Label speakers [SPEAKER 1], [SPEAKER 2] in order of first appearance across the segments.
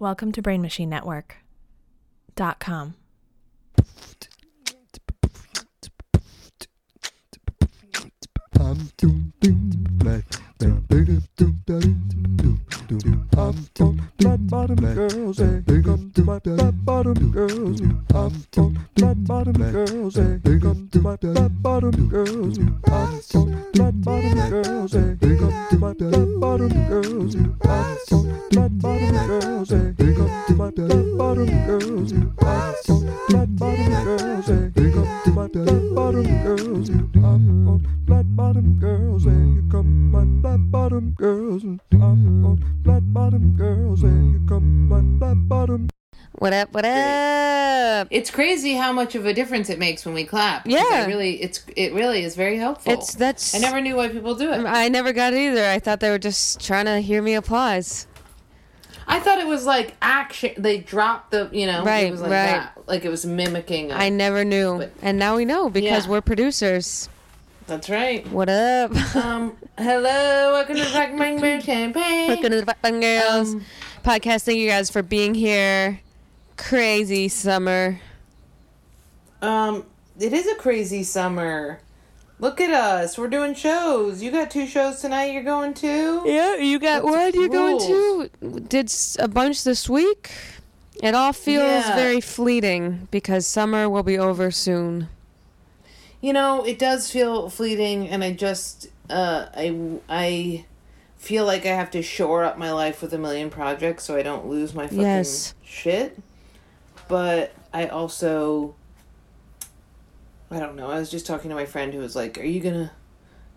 [SPEAKER 1] Welcome to Brain Machine Network. Dot com.
[SPEAKER 2] I'm doom doom black man bigger doom doom doom I'm doom black bottom girls eh come to my black bottom girls eh? I'm doom black bottom girls eh come to my black bottom girls I'm doom black bottom girls eh come to my black bottom girls I'm doom black bottom girls eh come to my black bottom girls I'm doom black bottom girls eh come to my black bottom girls I'm on flat bottom girls and you come my flat bottom girls and I'm on flat bottom girls and you come my flat bottom
[SPEAKER 3] What up? What up?
[SPEAKER 4] It's crazy how much of a difference it makes when we clap. 'cause
[SPEAKER 3] Yeah.
[SPEAKER 4] it really, it's it really is very helpful.
[SPEAKER 3] It's that's.
[SPEAKER 4] I never knew why people do it.
[SPEAKER 3] I never got it either. I thought they were just trying to hear me applause.
[SPEAKER 4] I thought it was like action. They dropped the, you know,
[SPEAKER 3] Right,
[SPEAKER 4] it was like
[SPEAKER 3] right.
[SPEAKER 4] that, like it was mimicking. a-
[SPEAKER 3] I never knew,
[SPEAKER 4] Oh. But-
[SPEAKER 3] and now we know because
[SPEAKER 4] Yeah.
[SPEAKER 3] we're producers.
[SPEAKER 4] That's right.
[SPEAKER 3] What up?
[SPEAKER 4] Um, hello, welcome to Black Bang Bear Campaign.
[SPEAKER 3] Welcome to the Black Button Girls
[SPEAKER 4] Um,
[SPEAKER 3] podcast. Thank you guys for being here. Crazy summer.
[SPEAKER 4] Um, it is a crazy summer. Look at us. We're doing shows. You got two shows tonight. You're going to.
[SPEAKER 3] Yeah, you got what you going
[SPEAKER 4] rules.
[SPEAKER 3] to? Did s- a bunch this week. It all feels
[SPEAKER 4] Yeah.
[SPEAKER 3] very fleeting because summer will be over soon.
[SPEAKER 4] You know, it does feel fleeting, and I just, uh, I, I feel like I have to shore up my life with a million projects so I don't lose my fucking
[SPEAKER 3] Yes.
[SPEAKER 4] shit. But I also, I don't know. I was just talking to my friend who was like, "Are you gonna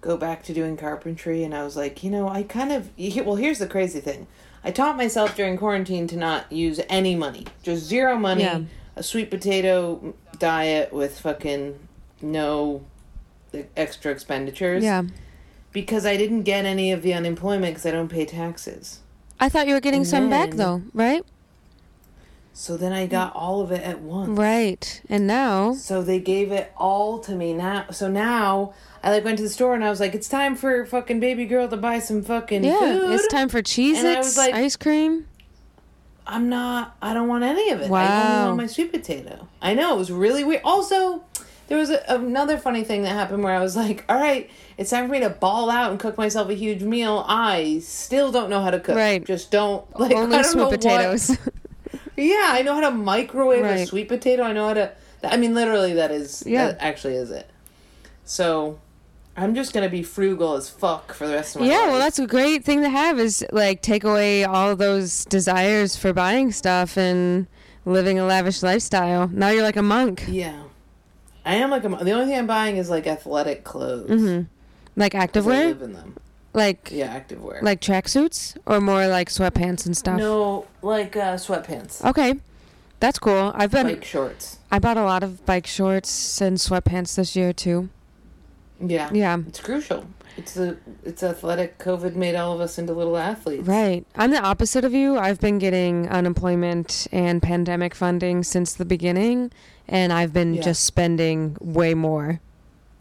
[SPEAKER 4] go back to doing carpentry?" And I was like, "You know, I kind of you he- well. Here's the crazy thing. I taught myself during quarantine to not use any money, just zero money,
[SPEAKER 3] Yeah.
[SPEAKER 4] a sweet potato diet with fucking no extra expenditures.
[SPEAKER 3] Yeah.
[SPEAKER 4] Because I didn't get any of the unemployment because I don't pay taxes.
[SPEAKER 3] I thought you were getting
[SPEAKER 4] And
[SPEAKER 3] some back
[SPEAKER 4] then-
[SPEAKER 3] though, right?
[SPEAKER 4] So then I got all of it at once.
[SPEAKER 3] Right. And now
[SPEAKER 4] So they gave it all to me now. So now I like went to the store and I was like, it's time for fucking baby girl to buy some fucking
[SPEAKER 3] Yeah,
[SPEAKER 4] food.
[SPEAKER 3] it's time for Cheez
[SPEAKER 4] And I
[SPEAKER 3] Its,
[SPEAKER 4] was like-
[SPEAKER 3] ice cream.
[SPEAKER 4] I'm not. I don't want any of it. I
[SPEAKER 3] Wow.
[SPEAKER 4] only want my sweet potato. I know it was really weird. Also, there was a, another funny thing that happened where I was like, "All right, it's time for me to ball out and cook myself a huge meal." I still don't know how to cook.
[SPEAKER 3] Right.
[SPEAKER 4] Just don't like I
[SPEAKER 3] Only
[SPEAKER 4] don't know
[SPEAKER 3] sweet
[SPEAKER 4] what-
[SPEAKER 3] potatoes.
[SPEAKER 4] yeah, I know how to microwave a
[SPEAKER 3] Right.
[SPEAKER 4] sweet potato. I know how to. I mean, literally, that is.
[SPEAKER 3] Yeah.
[SPEAKER 4] That actually is it. So, I'm just gonna be frugal as fuck for the rest of my life.
[SPEAKER 3] yeah, well, that's a great thing to have is like take away all those desires for buying stuff and living a lavish lifestyle. Now you're like a monk,
[SPEAKER 4] yeah. I am like a, mo- the only thing I'm buying is like athletic clothes.
[SPEAKER 3] Mm-hmm. like
[SPEAKER 4] 'cause I
[SPEAKER 3] activewear,
[SPEAKER 4] live in them.
[SPEAKER 3] like
[SPEAKER 4] Yeah, activewear.
[SPEAKER 3] like tracksuits, or more like sweatpants and stuff.
[SPEAKER 4] no, like uh, sweatpants,
[SPEAKER 3] Okay, that's cool. I've been
[SPEAKER 4] like shorts.
[SPEAKER 3] I bought a lot of bike shorts and sweatpants this year too.
[SPEAKER 4] Yeah,
[SPEAKER 3] Yeah.
[SPEAKER 4] It's crucial. It's the it's athletic. COVID made all of us into little athletes.
[SPEAKER 3] Right. I'm the opposite of you. I've been getting unemployment and pandemic funding since the beginning, and I've been
[SPEAKER 4] Yeah.
[SPEAKER 3] just spending way more.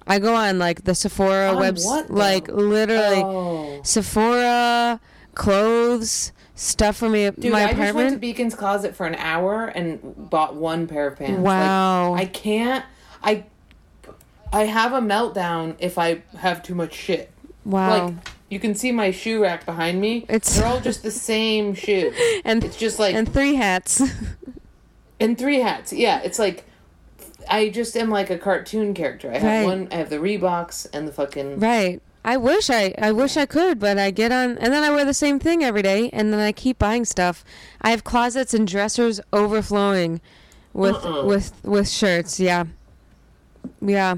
[SPEAKER 3] I go on like the Sephora
[SPEAKER 4] On
[SPEAKER 3] webs,
[SPEAKER 4] what, though?
[SPEAKER 3] like literally
[SPEAKER 4] Oh.
[SPEAKER 3] Sephora clothes, stuff for me
[SPEAKER 4] Dude,
[SPEAKER 3] my
[SPEAKER 4] I just went to
[SPEAKER 3] apartment.
[SPEAKER 4] Beacon's Closet for an hour and bought one pair of pants. Like,
[SPEAKER 3] Wow.
[SPEAKER 4] I can't. I I have a meltdown if I have too much shit.
[SPEAKER 3] wow.
[SPEAKER 4] Like you can see my shoe rack behind me.
[SPEAKER 3] It's-
[SPEAKER 4] they're all just the same shoe.
[SPEAKER 3] and
[SPEAKER 4] It's just like
[SPEAKER 3] and three hats.
[SPEAKER 4] And three hats. Yeah, it's like I just am like a cartoon character. I have
[SPEAKER 3] Right.
[SPEAKER 4] one. I have the Reeboks and the fucking.
[SPEAKER 3] right. I wish I I wish I could, but I get on and then I wear the same thing every day and then I keep buying stuff. I have closets and dressers overflowing with
[SPEAKER 4] Uh-uh.
[SPEAKER 3] with with shirts, yeah. Yeah.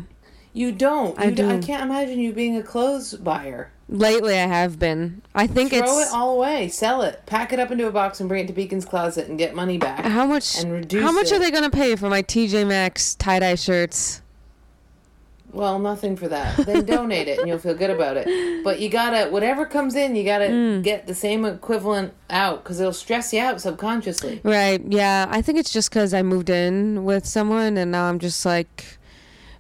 [SPEAKER 4] You don't. You
[SPEAKER 3] I
[SPEAKER 4] I, do. I
[SPEAKER 3] do.
[SPEAKER 4] can't imagine you being a clothes buyer.
[SPEAKER 3] Lately I have been. I think
[SPEAKER 4] Throw
[SPEAKER 3] it's
[SPEAKER 4] it all away. Sell it. Pack it up into a box and bring it to Beacon's Closet and get money back.
[SPEAKER 3] Uh, how much
[SPEAKER 4] and reduce
[SPEAKER 3] how much are
[SPEAKER 4] it.
[SPEAKER 3] they going to pay for my TJ Maxx tie-dye shirts?
[SPEAKER 4] Well, nothing for that. Then donate it and you'll feel good about it. But you gotta, whatever comes in, you gotta
[SPEAKER 3] Mm.
[SPEAKER 4] get the same equivalent out because it'll stress you out subconsciously.
[SPEAKER 3] Right. Yeah, I think it's just cuz I moved in with someone and now I'm just like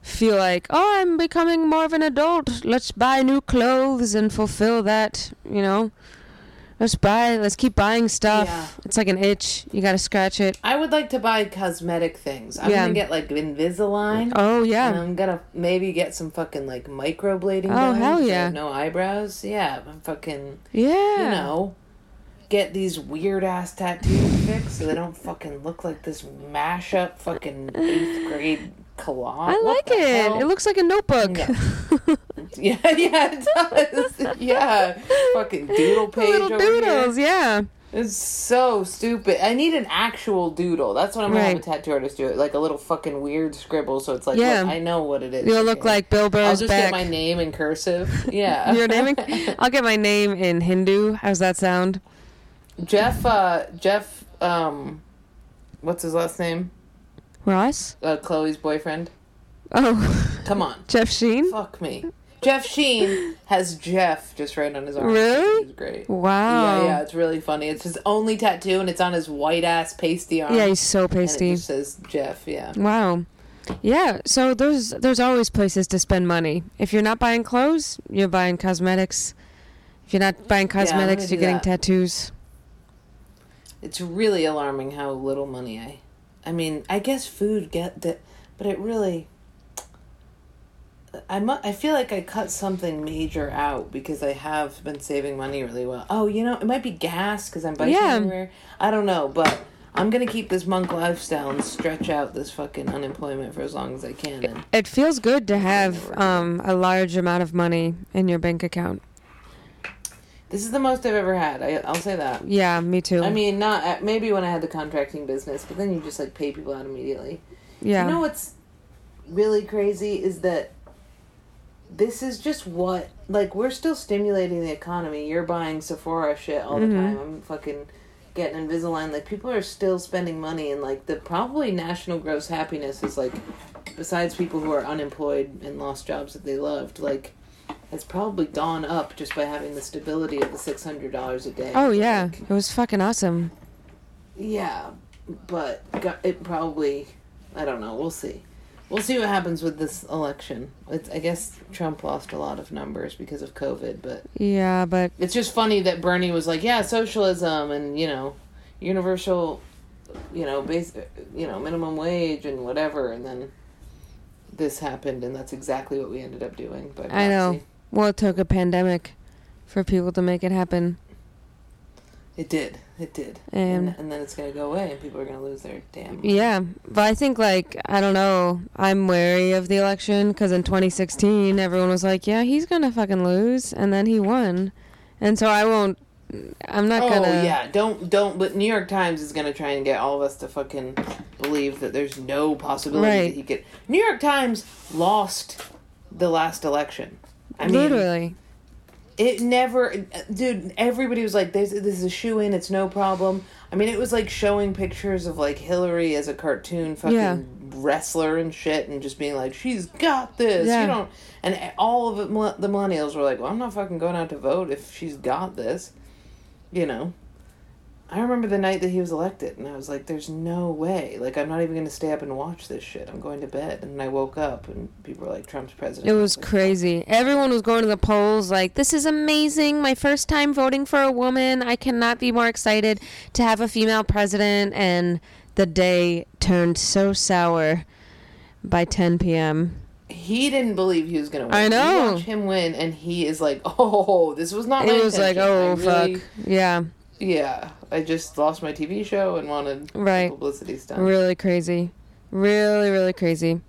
[SPEAKER 3] feel like, "Oh, I'm becoming more of an adult. Let's buy new clothes and fulfill that, you know." Let's buy. Let's keep buying stuff.
[SPEAKER 4] Yeah.
[SPEAKER 3] It's like an itch. You gotta scratch it.
[SPEAKER 4] I would like to buy cosmetic things. I'm
[SPEAKER 3] Yeah.
[SPEAKER 4] gonna get like Invisalign.
[SPEAKER 3] Oh yeah.
[SPEAKER 4] And I'm gonna maybe get some fucking like microblading.
[SPEAKER 3] Oh,
[SPEAKER 4] done
[SPEAKER 3] hell
[SPEAKER 4] so
[SPEAKER 3] yeah.
[SPEAKER 4] No eyebrows. Yeah, I'm fucking.
[SPEAKER 3] yeah.
[SPEAKER 4] You know, get these weird ass tattoos fixed so they don't fucking look like this mash up fucking eighth grade collage.
[SPEAKER 3] I like it. It looks like a notebook.
[SPEAKER 4] Yeah. Yeah, yeah, it does. yeah, fucking doodle page
[SPEAKER 3] Little
[SPEAKER 4] over
[SPEAKER 3] doodles.
[SPEAKER 4] here.
[SPEAKER 3] Yeah.
[SPEAKER 4] It's so stupid. I need an actual doodle. That's what I'm gonna have
[SPEAKER 3] Right.
[SPEAKER 4] a tattoo artist do. It like a little fucking weird scribble. So it's like,
[SPEAKER 3] Yeah.
[SPEAKER 4] look, I know what it is.
[SPEAKER 3] You'll look
[SPEAKER 4] Okay.
[SPEAKER 3] like Bill
[SPEAKER 4] I'll
[SPEAKER 3] Burr's
[SPEAKER 4] just
[SPEAKER 3] back.
[SPEAKER 4] get my name in cursive. Yeah.
[SPEAKER 3] Your name? I'll get my name in Hindu. How's that sound?
[SPEAKER 4] Jeff, uh, Jeff, um, what's his last name?
[SPEAKER 3] Ross?
[SPEAKER 4] Uh, Chloe's boyfriend.
[SPEAKER 3] Oh,
[SPEAKER 4] Come on.
[SPEAKER 3] Jeff Sheen?
[SPEAKER 4] Fuck me. Jeff Sheen has Jeff just right on his arm.
[SPEAKER 3] Really?
[SPEAKER 4] Which is great.
[SPEAKER 3] Wow.
[SPEAKER 4] Yeah, yeah, it's really funny. It's his only tattoo, and it's on his white ass pasty arm.
[SPEAKER 3] Yeah, he's so
[SPEAKER 4] um, And it
[SPEAKER 3] pasty.
[SPEAKER 4] just says Jeff. Yeah.
[SPEAKER 3] Wow. Yeah, so there's there's always places to spend money. If you're not buying clothes, you're buying cosmetics. If you're not buying
[SPEAKER 4] gonna
[SPEAKER 3] cosmetics,
[SPEAKER 4] do
[SPEAKER 3] you're getting
[SPEAKER 4] that.
[SPEAKER 3] tattoos.
[SPEAKER 4] It's really alarming how little money I. I mean, I guess food get that, but it really. I mu- I feel like I cut something major out because I have been saving money really well. Oh, you know, it might be gas because I'm biking
[SPEAKER 3] Yeah.
[SPEAKER 4] everywhere. I don't know, but I'm gonna keep this monk lifestyle and stretch out this fucking unemployment for as long as I can. And
[SPEAKER 3] It feels good to have um, a large amount of money in your bank account.
[SPEAKER 4] this is the most I've ever had. I I'll say that.
[SPEAKER 3] Yeah, me too.
[SPEAKER 4] I mean, not at, maybe when I had the contracting business, but then you just like pay people out immediately.
[SPEAKER 3] yeah.
[SPEAKER 4] You know what's really crazy is that this is just what like we're still stimulating the economy. You're buying Sephora shit all the
[SPEAKER 3] Mm-hmm.
[SPEAKER 4] time. I'm fucking getting Invisalign. Like people are still spending money and like the probably national gross happiness is like besides people who are unemployed and lost jobs that they loved, like has probably gone up just by having the stability of the six hundred dollars a day.
[SPEAKER 3] oh yeah,
[SPEAKER 4] Like,
[SPEAKER 3] it was fucking awesome.
[SPEAKER 4] yeah, but go- it probably. I don't know. We'll see. We'll see what happens with this election. It's, I guess Trump lost a lot of numbers because of COVID, but
[SPEAKER 3] Yeah, but
[SPEAKER 4] it's just funny that Bernie was like, "Yeah, socialism and you know, universal, you know, base, you know, minimum wage and whatever," and then this happened, and that's exactly what we ended up doing. But
[SPEAKER 3] I know. Well, it took a pandemic for people to make it happen.
[SPEAKER 4] it did. It did.
[SPEAKER 3] And-
[SPEAKER 4] and and then it's gonna go away, and people are gonna lose their damn.
[SPEAKER 3] Yeah, but I think like I don't know. I'm wary of the election because in 2016 everyone was like, "Yeah, he's gonna fucking lose," and then he won, and so I won't. I'm not
[SPEAKER 4] Oh
[SPEAKER 3] gonna.
[SPEAKER 4] yeah, don't don't. But New York Times is gonna try and get all of us to fucking believe that there's no possibility
[SPEAKER 3] Right.
[SPEAKER 4] that he could. New York Times lost the last election. I mean,
[SPEAKER 3] literally.
[SPEAKER 4] it never, dude. Everybody was like, "This this is a shoe in. It's no problem." I mean, it was like showing pictures of like Hillary as a cartoon fucking
[SPEAKER 3] Yeah.
[SPEAKER 4] wrestler and shit, and just being like, "She's got this."
[SPEAKER 3] Yeah.
[SPEAKER 4] You don't. And all of it, mil- the millennials were like, "Well, I'm not fucking going out to vote if she's got this," you know. I remember the night that he was elected, and I was like, "There's no way! Like, I'm not even going to stay up and watch this shit. I'm going to bed." And I woke up, and people were like, "Trump's president."
[SPEAKER 3] It
[SPEAKER 4] I
[SPEAKER 3] was
[SPEAKER 4] like,
[SPEAKER 3] crazy. Everyone was going to the polls like, "This is amazing! My first time voting for a woman. I cannot be more excited to have a female president." And the day turned so sour by 10 p.m.
[SPEAKER 4] he didn't believe he was gonna win.
[SPEAKER 3] I
[SPEAKER 4] You
[SPEAKER 3] know.
[SPEAKER 4] watch him win, and he is like, "Oh, this was not." my
[SPEAKER 3] It was like,
[SPEAKER 4] intention. I
[SPEAKER 3] "Oh
[SPEAKER 4] really-
[SPEAKER 3] fuck, yeah."
[SPEAKER 4] Yeah, I just lost my TV show and wanted
[SPEAKER 3] Right.
[SPEAKER 4] publicity stunt.
[SPEAKER 3] Really crazy. Really, really crazy.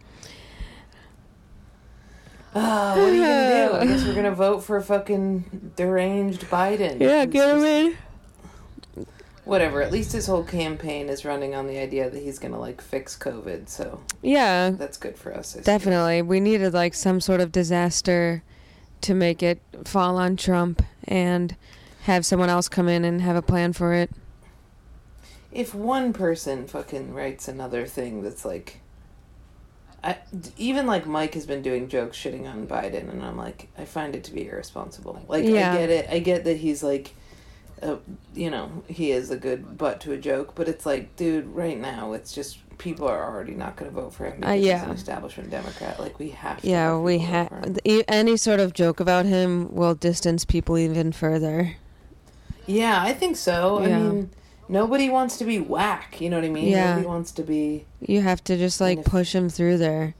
[SPEAKER 4] Ah, what are you gonna do? I guess we're gonna vote for fucking deranged Biden. who's just-
[SPEAKER 3] in.
[SPEAKER 4] Whatever. At least his whole campaign is running on the idea that he's gonna like fix COVID, so
[SPEAKER 3] Yeah,
[SPEAKER 4] that's good for us. I suppose.
[SPEAKER 3] definitely. We needed like some sort of disaster to make it fall on Trump and have someone else come in and have a plan for it.
[SPEAKER 4] if one person fucking writes another thing that's like I, even like Mike has been doing jokes shitting on Biden, and I'm like, I find it to be irresponsible. Like,
[SPEAKER 3] Yeah.
[SPEAKER 4] I get it. I get that he's like, uh, you know, he is a good butt to a joke, but it's like, dude, right now, it's just people are already not going to vote for him because he's
[SPEAKER 3] Uh, yeah.
[SPEAKER 4] an establishment Democrat. Like, we have to.
[SPEAKER 3] Yeah,
[SPEAKER 4] have
[SPEAKER 3] we e,
[SPEAKER 4] people vote
[SPEAKER 3] have
[SPEAKER 4] for him.
[SPEAKER 3] any sort of joke about him will distance people even further.
[SPEAKER 4] Yeah, I think so.
[SPEAKER 3] Yeah.
[SPEAKER 4] I mean, nobody wants to be whack. You know what I mean?
[SPEAKER 3] Yeah.
[SPEAKER 4] Nobody wants to be.
[SPEAKER 3] You have to just like
[SPEAKER 4] if-
[SPEAKER 3] push them through there.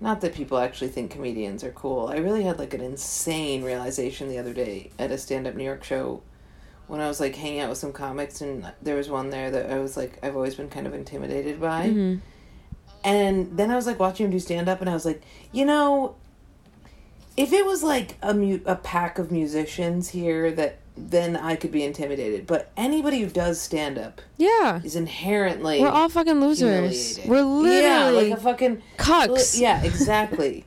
[SPEAKER 4] Not that people actually think comedians are cool. I really had like an insane realization the other day at a stand up New York show when I was like hanging out with some comics, and there was one there that I was like, I've always been kind of intimidated by.
[SPEAKER 3] Mm-hmm.
[SPEAKER 4] And then I was like watching him do stand up, and I was like, you know, if it was like a mu- a pack of musicians here, that then I could be intimidated. But anybody who does stand up
[SPEAKER 3] Yeah.
[SPEAKER 4] is inherently
[SPEAKER 3] We're all fucking losers.
[SPEAKER 4] humiliated.
[SPEAKER 3] We're
[SPEAKER 4] yeah,
[SPEAKER 3] literally
[SPEAKER 4] like a fucking
[SPEAKER 3] cucks.
[SPEAKER 4] Li- yeah, exactly.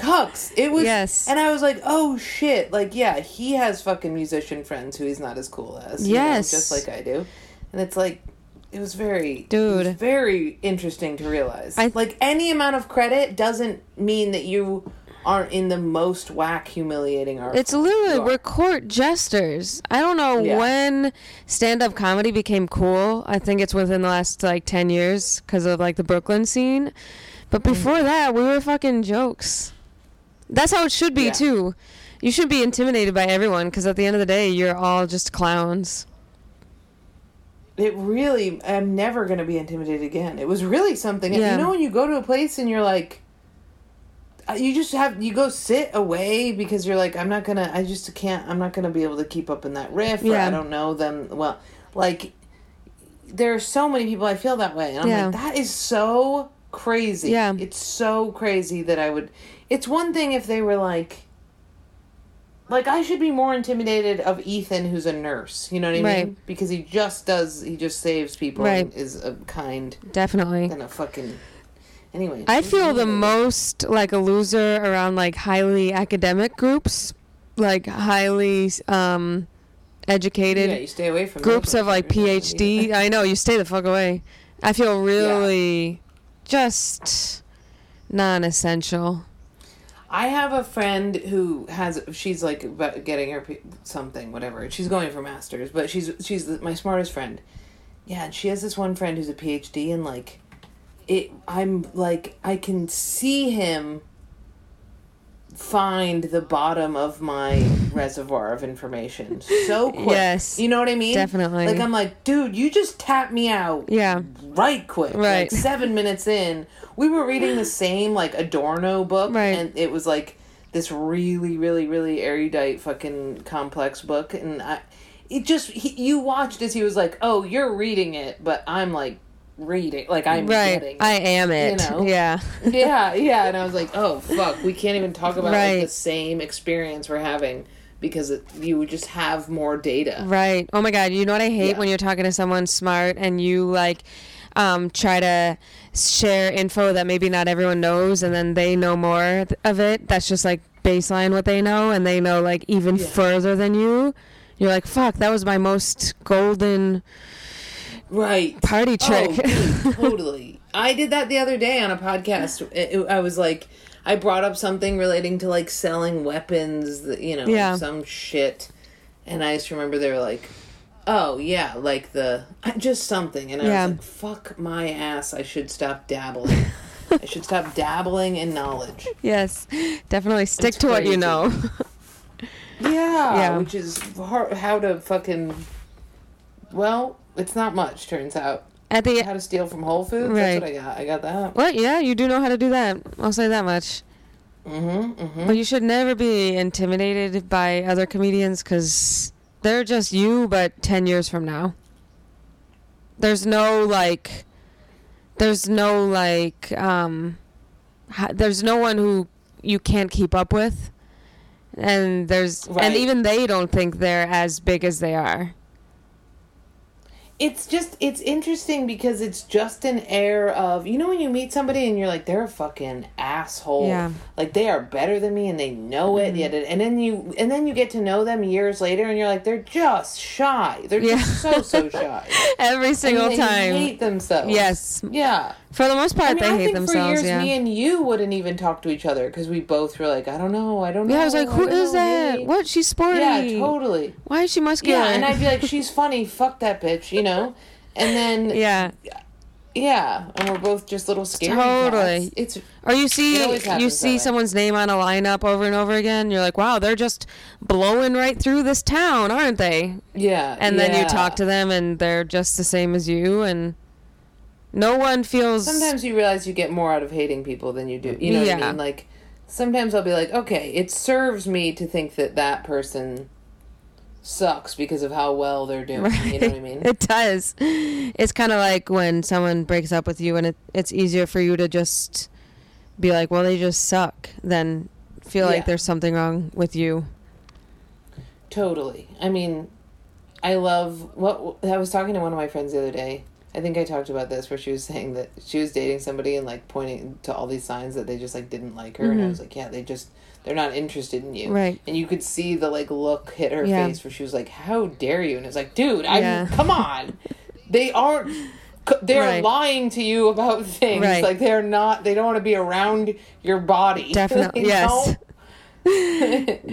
[SPEAKER 4] Cucks. It was.
[SPEAKER 3] Yes.
[SPEAKER 4] And I was like, oh shit. Like, yeah, he has fucking musician friends who he's not as cool as. you know,
[SPEAKER 3] Yes.
[SPEAKER 4] just like I do. And it's like, it was very. it
[SPEAKER 3] Dude.
[SPEAKER 4] was very interesting to realize.
[SPEAKER 3] I-
[SPEAKER 4] like, any amount of credit doesn't mean that you aren't in the most whack, humiliating art.
[SPEAKER 3] It's literally we're court jesters. I don't know
[SPEAKER 4] Yeah.
[SPEAKER 3] when stand-up comedy became cool. I think it's within the last like 10 years cuz of like the Brooklyn scene.
[SPEAKER 4] Mm.
[SPEAKER 3] But before that, we were fucking jokes. That's how it should be
[SPEAKER 4] Yeah.
[SPEAKER 3] too. You should be intimidated by everyone cuz at the end of the day, you're all just clowns.
[SPEAKER 4] it really i'm never going to be intimidated again it was really something
[SPEAKER 3] Yeah.
[SPEAKER 4] you know when you go to a place and you're like uh, you just have you go sit away because you're like i'm not gonna i just can't i'm not gonna be able to keep up in that riff or
[SPEAKER 3] Yeah.
[SPEAKER 4] i don't know them well like there are so many people i feel that way and i'm
[SPEAKER 3] Yeah.
[SPEAKER 4] like that is so crazy
[SPEAKER 3] Yeah.
[SPEAKER 4] it's so crazy that i would it's one thing if they were like like I should be more intimidated of Ethan, who's a nurse. You know what I mean?
[SPEAKER 3] Right.
[SPEAKER 4] Because he just does. He just saves people.
[SPEAKER 3] Right.
[SPEAKER 4] And is a kind
[SPEAKER 3] Definitely.
[SPEAKER 4] and a fucking. Anyway.
[SPEAKER 3] I feel the
[SPEAKER 4] intimidated.
[SPEAKER 3] most like a loser around like highly academic groups, like highly um educated
[SPEAKER 4] Yeah, you stay away from those
[SPEAKER 3] groups of like
[SPEAKER 4] motherfuckers.
[SPEAKER 3] PhD. I know you stay the fuck away. I feel really just non-essential.
[SPEAKER 4] I have a friend who has. She's like about getting her P- something, whatever. She's going for masters, but she's she's the, my smartest friend. Yeah, and she has this one friend who's a PhD, and like, it. I'm like, I can see him find the bottom of my reservoir of information so quick.
[SPEAKER 3] Yes,
[SPEAKER 4] you know what I mean.
[SPEAKER 3] definitely.
[SPEAKER 4] Like I'm like, dude, you just tap me out
[SPEAKER 3] Yeah.
[SPEAKER 4] right quick.
[SPEAKER 3] Right.
[SPEAKER 4] Like seven minutes in, we were reading the same like Adorno book,
[SPEAKER 3] Right.
[SPEAKER 4] and it was like this really, really, really erudite, fucking complex book, and I, it just he, you watched as he was like, oh, you're reading it, but I'm like reading, like I'm
[SPEAKER 3] Right.
[SPEAKER 4] getting.
[SPEAKER 3] I am it.
[SPEAKER 4] know?
[SPEAKER 3] Yeah.
[SPEAKER 4] yeah, yeah, and I was like, oh fuck, we can't even talk about
[SPEAKER 3] Right.
[SPEAKER 4] like, the same experience we're having because it, you just have more data.
[SPEAKER 3] Right. Oh my God. You know what I hate
[SPEAKER 4] Yeah.
[SPEAKER 3] when you're talking to someone smart and you like um, try to share info that maybe not everyone knows and then they know more th- of it. That's just like baseline what they know and they know like even
[SPEAKER 4] Yeah.
[SPEAKER 3] further than you. You're like, fuck, that was my most golden
[SPEAKER 4] Right.
[SPEAKER 3] party trick.
[SPEAKER 4] Oh, dude, totally. I did that the other day on a podcast. It- it- I was like, I brought up something relating to like selling weapons, that, you know,
[SPEAKER 3] Yeah.
[SPEAKER 4] some shit. And I just remember they were like, oh, yeah, like the, just something. And I
[SPEAKER 3] Yeah.
[SPEAKER 4] was like, fuck my ass. I should stop dabbling. I should stop dabbling in knowledge.
[SPEAKER 3] yes. Definitely stick
[SPEAKER 4] It's
[SPEAKER 3] to what you
[SPEAKER 4] crazy.
[SPEAKER 3] know.
[SPEAKER 4] Yeah.
[SPEAKER 3] Yeah.
[SPEAKER 4] Which is hard, how to fucking, well, it's not much, turns out.
[SPEAKER 3] At
[SPEAKER 4] How
[SPEAKER 3] the
[SPEAKER 4] to steal from Whole Foods?
[SPEAKER 3] Right.
[SPEAKER 4] That's what I got. I got that.
[SPEAKER 3] what? Yeah, you do know how to do that. I'll say that much.
[SPEAKER 4] Mm-hmm. Mm-hmm.
[SPEAKER 3] But you should never be intimidated by other comedians because they're just you, but 10 years from now. There's no like, there's no like, um, ha- there's no one who you can't keep up with. And there's,
[SPEAKER 4] Right.
[SPEAKER 3] and even they don't think they're as big as they are.
[SPEAKER 4] it's just it's interesting because it's just an air of you know when you meet somebody and you're like they're a fucking asshole
[SPEAKER 3] Yeah. Mm-hmm.
[SPEAKER 4] like they are better than me and they know it yet and then you and then you get to know them years later and you're like they're just shy they're just
[SPEAKER 3] Yeah.
[SPEAKER 4] so so shy
[SPEAKER 3] Every single
[SPEAKER 4] And they
[SPEAKER 3] time.
[SPEAKER 4] hate themselves
[SPEAKER 3] yes.
[SPEAKER 4] yeah
[SPEAKER 3] For the most part,
[SPEAKER 4] I mean,
[SPEAKER 3] they
[SPEAKER 4] I
[SPEAKER 3] hate
[SPEAKER 4] think for
[SPEAKER 3] themselves.
[SPEAKER 4] years,
[SPEAKER 3] yeah.
[SPEAKER 4] me and you wouldn't even talk to each other because we both were like, I don't know, I don't know.
[SPEAKER 3] yeah, I was like, who
[SPEAKER 4] don't
[SPEAKER 3] is
[SPEAKER 4] know,
[SPEAKER 3] that?
[SPEAKER 4] hey."
[SPEAKER 3] What? She's sporty.
[SPEAKER 4] Yeah, totally.
[SPEAKER 3] Why is she muscular?
[SPEAKER 4] Yeah, and I'd be like, she's funny, fuck that bitch, you know? And then
[SPEAKER 3] yeah.
[SPEAKER 4] Yeah, and we're both just little scared.
[SPEAKER 3] Totally.
[SPEAKER 4] It's, it's
[SPEAKER 3] Or you see
[SPEAKER 4] It always
[SPEAKER 3] you
[SPEAKER 4] happens that
[SPEAKER 3] see
[SPEAKER 4] way.
[SPEAKER 3] someone's name on a lineup over and over again. You're like, wow, they're just blowing right through this town, aren't they?
[SPEAKER 4] yeah.
[SPEAKER 3] And then you
[SPEAKER 4] yeah.
[SPEAKER 3] talk to them, and they're just the same as you, and no one feels.
[SPEAKER 4] Sometimes you realize you get more out of hating people than you do. You know what
[SPEAKER 3] Yeah.
[SPEAKER 4] I mean? Like sometimes I'll be like, okay, it serves me to think that that person sucks because of how well they're doing. You know what I mean?
[SPEAKER 3] It does. It's kind of like when someone breaks up with you, and it, it's easier for you to just be like, well, they just suck, than feel
[SPEAKER 4] Yeah.
[SPEAKER 3] like there's something wrong with you.
[SPEAKER 4] Totally. I mean, I love what I was talking to one of my friends the other day. I think I talked about this where she was saying that she was dating somebody and like pointing to all these signs that they just like didn't like her and I was like, yeah, they just they're not interested in you.
[SPEAKER 3] Mm-hmm. Right.
[SPEAKER 4] And you could see the like look hit her
[SPEAKER 3] Yeah.
[SPEAKER 4] face where she was like, "How dare you?" And it's like, "Dude, I
[SPEAKER 3] Yeah.
[SPEAKER 4] come on. They aren't c- they're
[SPEAKER 3] Right.
[SPEAKER 4] lying to you about things.
[SPEAKER 3] Right.
[SPEAKER 4] Like they're not they don't want to be around your body."
[SPEAKER 3] Definitely.
[SPEAKER 4] You
[SPEAKER 3] yes.
[SPEAKER 4] know?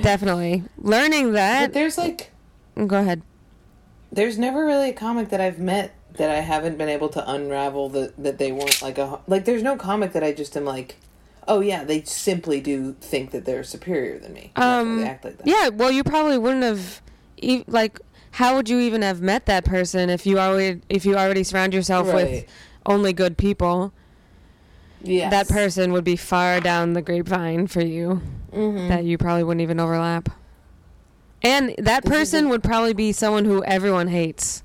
[SPEAKER 3] Definitely. Learning
[SPEAKER 4] But
[SPEAKER 3] that.
[SPEAKER 4] there's like
[SPEAKER 3] Go ahead.
[SPEAKER 4] there's never really a comic that I've met that I haven't been able to unravel that that they weren't like a like. There's no comic that I just am like, oh yeah, they simply do think that they're superior than me. and that's why
[SPEAKER 3] Um,
[SPEAKER 4] they act like that.
[SPEAKER 3] Yeah, well, you probably wouldn't have, e- like, how would you even have met that person if you already if you already surround yourself with
[SPEAKER 4] Right.
[SPEAKER 3] only good people?
[SPEAKER 4] Yes.
[SPEAKER 3] That person would be far down the grapevine for you
[SPEAKER 4] Mm-hmm.
[SPEAKER 3] that you probably wouldn't even overlap. And that
[SPEAKER 4] This is
[SPEAKER 3] person
[SPEAKER 4] a-
[SPEAKER 3] would probably be someone who everyone hates.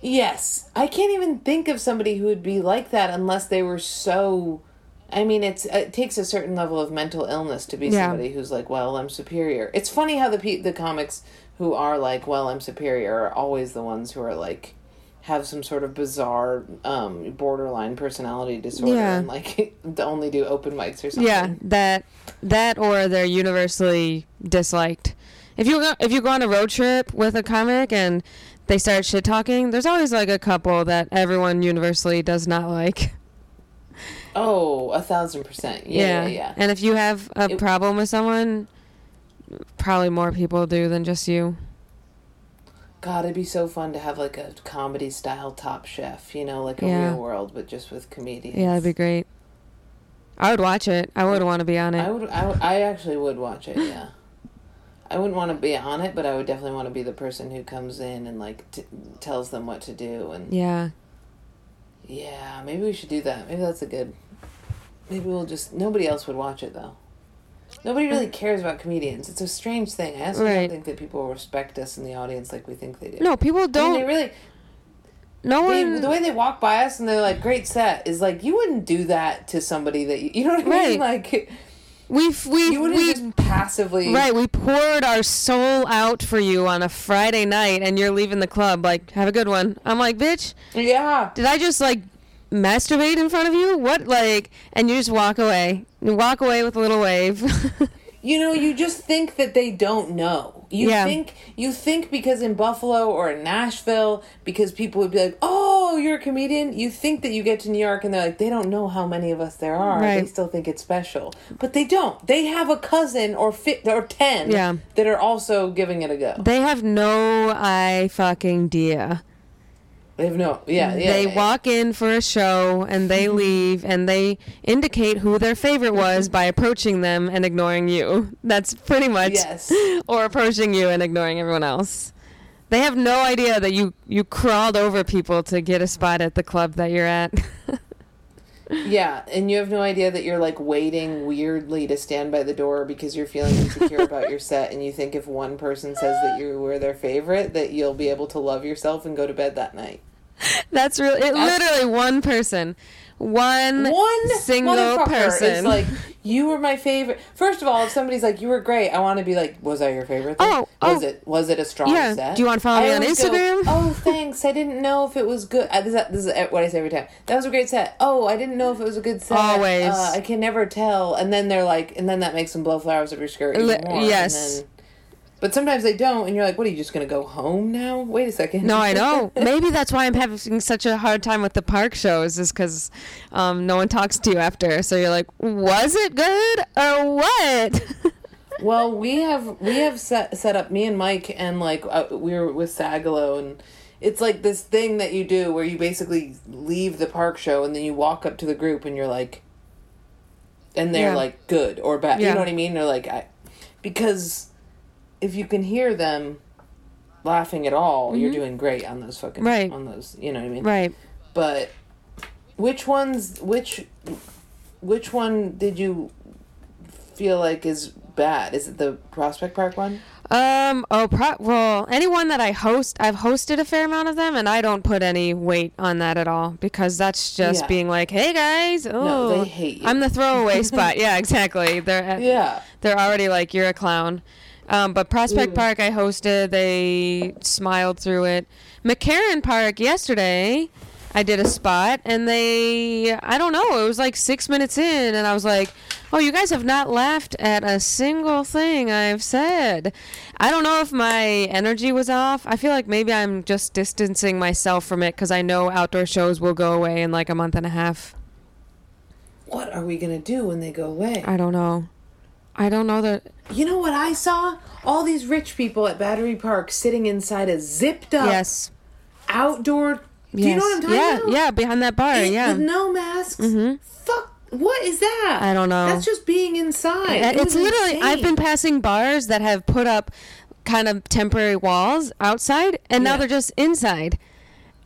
[SPEAKER 4] Yes, I can't even think of somebody who would be like that unless they were so. I mean, it's it takes a certain level of mental illness to be
[SPEAKER 3] Yeah.
[SPEAKER 4] somebody who's like, "Well, I'm superior." It's funny how the pe- the comics who are like, "Well, I'm superior," are always the ones who are like have some sort of bizarre um, borderline personality disorder
[SPEAKER 3] Yeah.
[SPEAKER 4] and like only do open mics or something.
[SPEAKER 3] Yeah, that that or they're universally disliked. If you go, if you go on a road trip with a comic and they start shit talking, there's always like a couple that everyone universally does not like.
[SPEAKER 4] Oh, a thousand percent. Yeah, yeah, yeah.
[SPEAKER 3] And if you have a
[SPEAKER 4] It-
[SPEAKER 3] problem with someone, probably more people do than just you.
[SPEAKER 4] God, it'd be so fun to have like a comedy style Top Chef. You know, like a
[SPEAKER 3] Yeah.
[SPEAKER 4] real world, but just with comedians.
[SPEAKER 3] Yeah, that'd be great. I would watch it. I would want to be on
[SPEAKER 4] I
[SPEAKER 3] it.
[SPEAKER 4] would. I, would- I actually would watch it. Yeah, I wouldn't want to be on it, but I would definitely want to be the person who comes in and like t- tells them what to do. And
[SPEAKER 3] Yeah.
[SPEAKER 4] yeah, maybe we should do that. Maybe that's a good. Maybe we'll just. Nobody else would watch it though. Nobody really cares about comedians. It's a strange thing. I also
[SPEAKER 3] Mm. Right.
[SPEAKER 4] don't think that people respect us in the audience like we think they do.
[SPEAKER 3] No, people
[SPEAKER 4] I
[SPEAKER 3] don't.
[SPEAKER 4] mean, they really.
[SPEAKER 3] no one.
[SPEAKER 4] They, the way they walk by us and they're like, "Great set," is like you wouldn't do that to somebody that you. You know what I
[SPEAKER 3] Right.
[SPEAKER 4] mean? Like
[SPEAKER 3] we've we
[SPEAKER 4] you wouldn't
[SPEAKER 3] we
[SPEAKER 4] just passively.
[SPEAKER 3] Right, we poured our soul out for you on a Friday night, and you're leaving the club like, have a good one. I'm like, bitch,
[SPEAKER 4] Yeah.
[SPEAKER 3] did I just like masturbate in front of you? What like? And you just walk away. You walk away with a little wave.
[SPEAKER 4] you know you just think that they don't know you
[SPEAKER 3] Yeah.
[SPEAKER 4] think you think because in buffalo or in nashville because people would be like oh you're a comedian you think that you get to new york and they're like they don't know how many of us there are they
[SPEAKER 3] Right.
[SPEAKER 4] still think it's special but they don't they have a cousin or fit or 10
[SPEAKER 3] Yeah.
[SPEAKER 4] that are also giving it a go
[SPEAKER 3] they have no I fucking dia.
[SPEAKER 4] they have no yeah, yeah
[SPEAKER 3] Mm.
[SPEAKER 4] Mm-hmm.
[SPEAKER 3] they
[SPEAKER 4] yeah, yeah.
[SPEAKER 3] walk in for a show and they leave and they indicate who their favorite
[SPEAKER 4] Mm-hmm.
[SPEAKER 3] was by approaching them and ignoring you. That's pretty much
[SPEAKER 4] Yes.
[SPEAKER 3] or approaching you and ignoring everyone else. They have no idea that you you crawled over people to get a spot at the club that you're at.
[SPEAKER 4] Yeah, and you have no idea that you're like waiting weirdly to stand by the door because you're feeling insecure about your set, and you think if one person says that you were their favorite, that you'll be able to love yourself and go to bed that night.
[SPEAKER 3] That's really it literally one person. One,
[SPEAKER 4] One
[SPEAKER 3] single
[SPEAKER 4] motherfucker
[SPEAKER 3] person.
[SPEAKER 4] is like, "You were my favorite." First of all, if somebody's like, "You were great," I want to be like, "Was I your favorite?" Thing?
[SPEAKER 3] Oh,
[SPEAKER 4] was
[SPEAKER 3] oh.
[SPEAKER 4] it was it a strong
[SPEAKER 3] Yeah,
[SPEAKER 4] set?
[SPEAKER 3] do you wanna follow
[SPEAKER 4] I
[SPEAKER 3] me on
[SPEAKER 4] always go,
[SPEAKER 3] Instagram?
[SPEAKER 4] oh, thanks. I didn't know if it was good. I, this, this is what I say every time. That was a great set. Oh, I didn't know if it was a good set.
[SPEAKER 3] Always.
[SPEAKER 4] Uh, I can never tell. And then they're like, and then that makes them blow flowers up your skirt. even
[SPEAKER 3] Le-
[SPEAKER 4] more.
[SPEAKER 3] yes.
[SPEAKER 4] And then- but sometimes they don't, and you're like, "What are you just gonna go home now?" Wait a second.
[SPEAKER 3] No, I know. Maybe that's why I'm having such a hard time with the park shows, is because um, no one talks to you after. So you're like, was it good or what?
[SPEAKER 4] Well, we have we have set, set up me and Mike and like uh, we were with Sagalo and it's like this thing that you do where you basically leave the park show and then you walk up to the group and you're like and they're
[SPEAKER 3] Yeah.
[SPEAKER 4] like good or bad you
[SPEAKER 3] Yeah.
[SPEAKER 4] know what i mean they're like I, because if you can hear them laughing at all you're doing great on those fucking
[SPEAKER 3] Mm-hmm. Right.
[SPEAKER 4] on those you know what i mean
[SPEAKER 3] Right.
[SPEAKER 4] but which ones which which one did you feel like is bad is it the prospect park one
[SPEAKER 3] Um. Oh. Pro- well, anyone that I host, I've hosted a fair amount of them, and I don't put any weight on that at all because that's just
[SPEAKER 4] Yeah.
[SPEAKER 3] being like, "Hey guys, oh,
[SPEAKER 4] No, they hate you.
[SPEAKER 3] I'm the throwaway spot." Yeah, exactly. They're
[SPEAKER 4] yeah
[SPEAKER 3] they're already like, "You're a clown." Um, but Prospect Park, I hosted. They smiled through it. McCarran Park yesterday, I did a spot, and they, I don't know, it was like six minutes in, and I was like, "Oh, you guys have not laughed at a single thing I've said." I don't know if my energy was off. I feel like maybe I'm just distancing myself from it because I know outdoor shows will go away in like a month and a half.
[SPEAKER 4] what are we gonna do when they go away
[SPEAKER 3] I don't know. I don't know that.
[SPEAKER 4] You know what I saw? All these rich people at Battery Park sitting inside a zipped up
[SPEAKER 3] Yes.
[SPEAKER 4] outdoor. Do you know what I'm talking
[SPEAKER 3] yeah,
[SPEAKER 4] about?
[SPEAKER 3] Yeah, behind that bar.
[SPEAKER 4] It-
[SPEAKER 3] yeah. Mm-hmm.
[SPEAKER 4] With no masks. Fuck. What is that?
[SPEAKER 3] I don't know.
[SPEAKER 4] That's just being inside.
[SPEAKER 3] Uh,
[SPEAKER 4] It
[SPEAKER 3] it's
[SPEAKER 4] was
[SPEAKER 3] literally I've been
[SPEAKER 4] insane.
[SPEAKER 3] passing bars that have put up kind of temporary walls outside and now
[SPEAKER 4] Yeah.
[SPEAKER 3] they're just inside.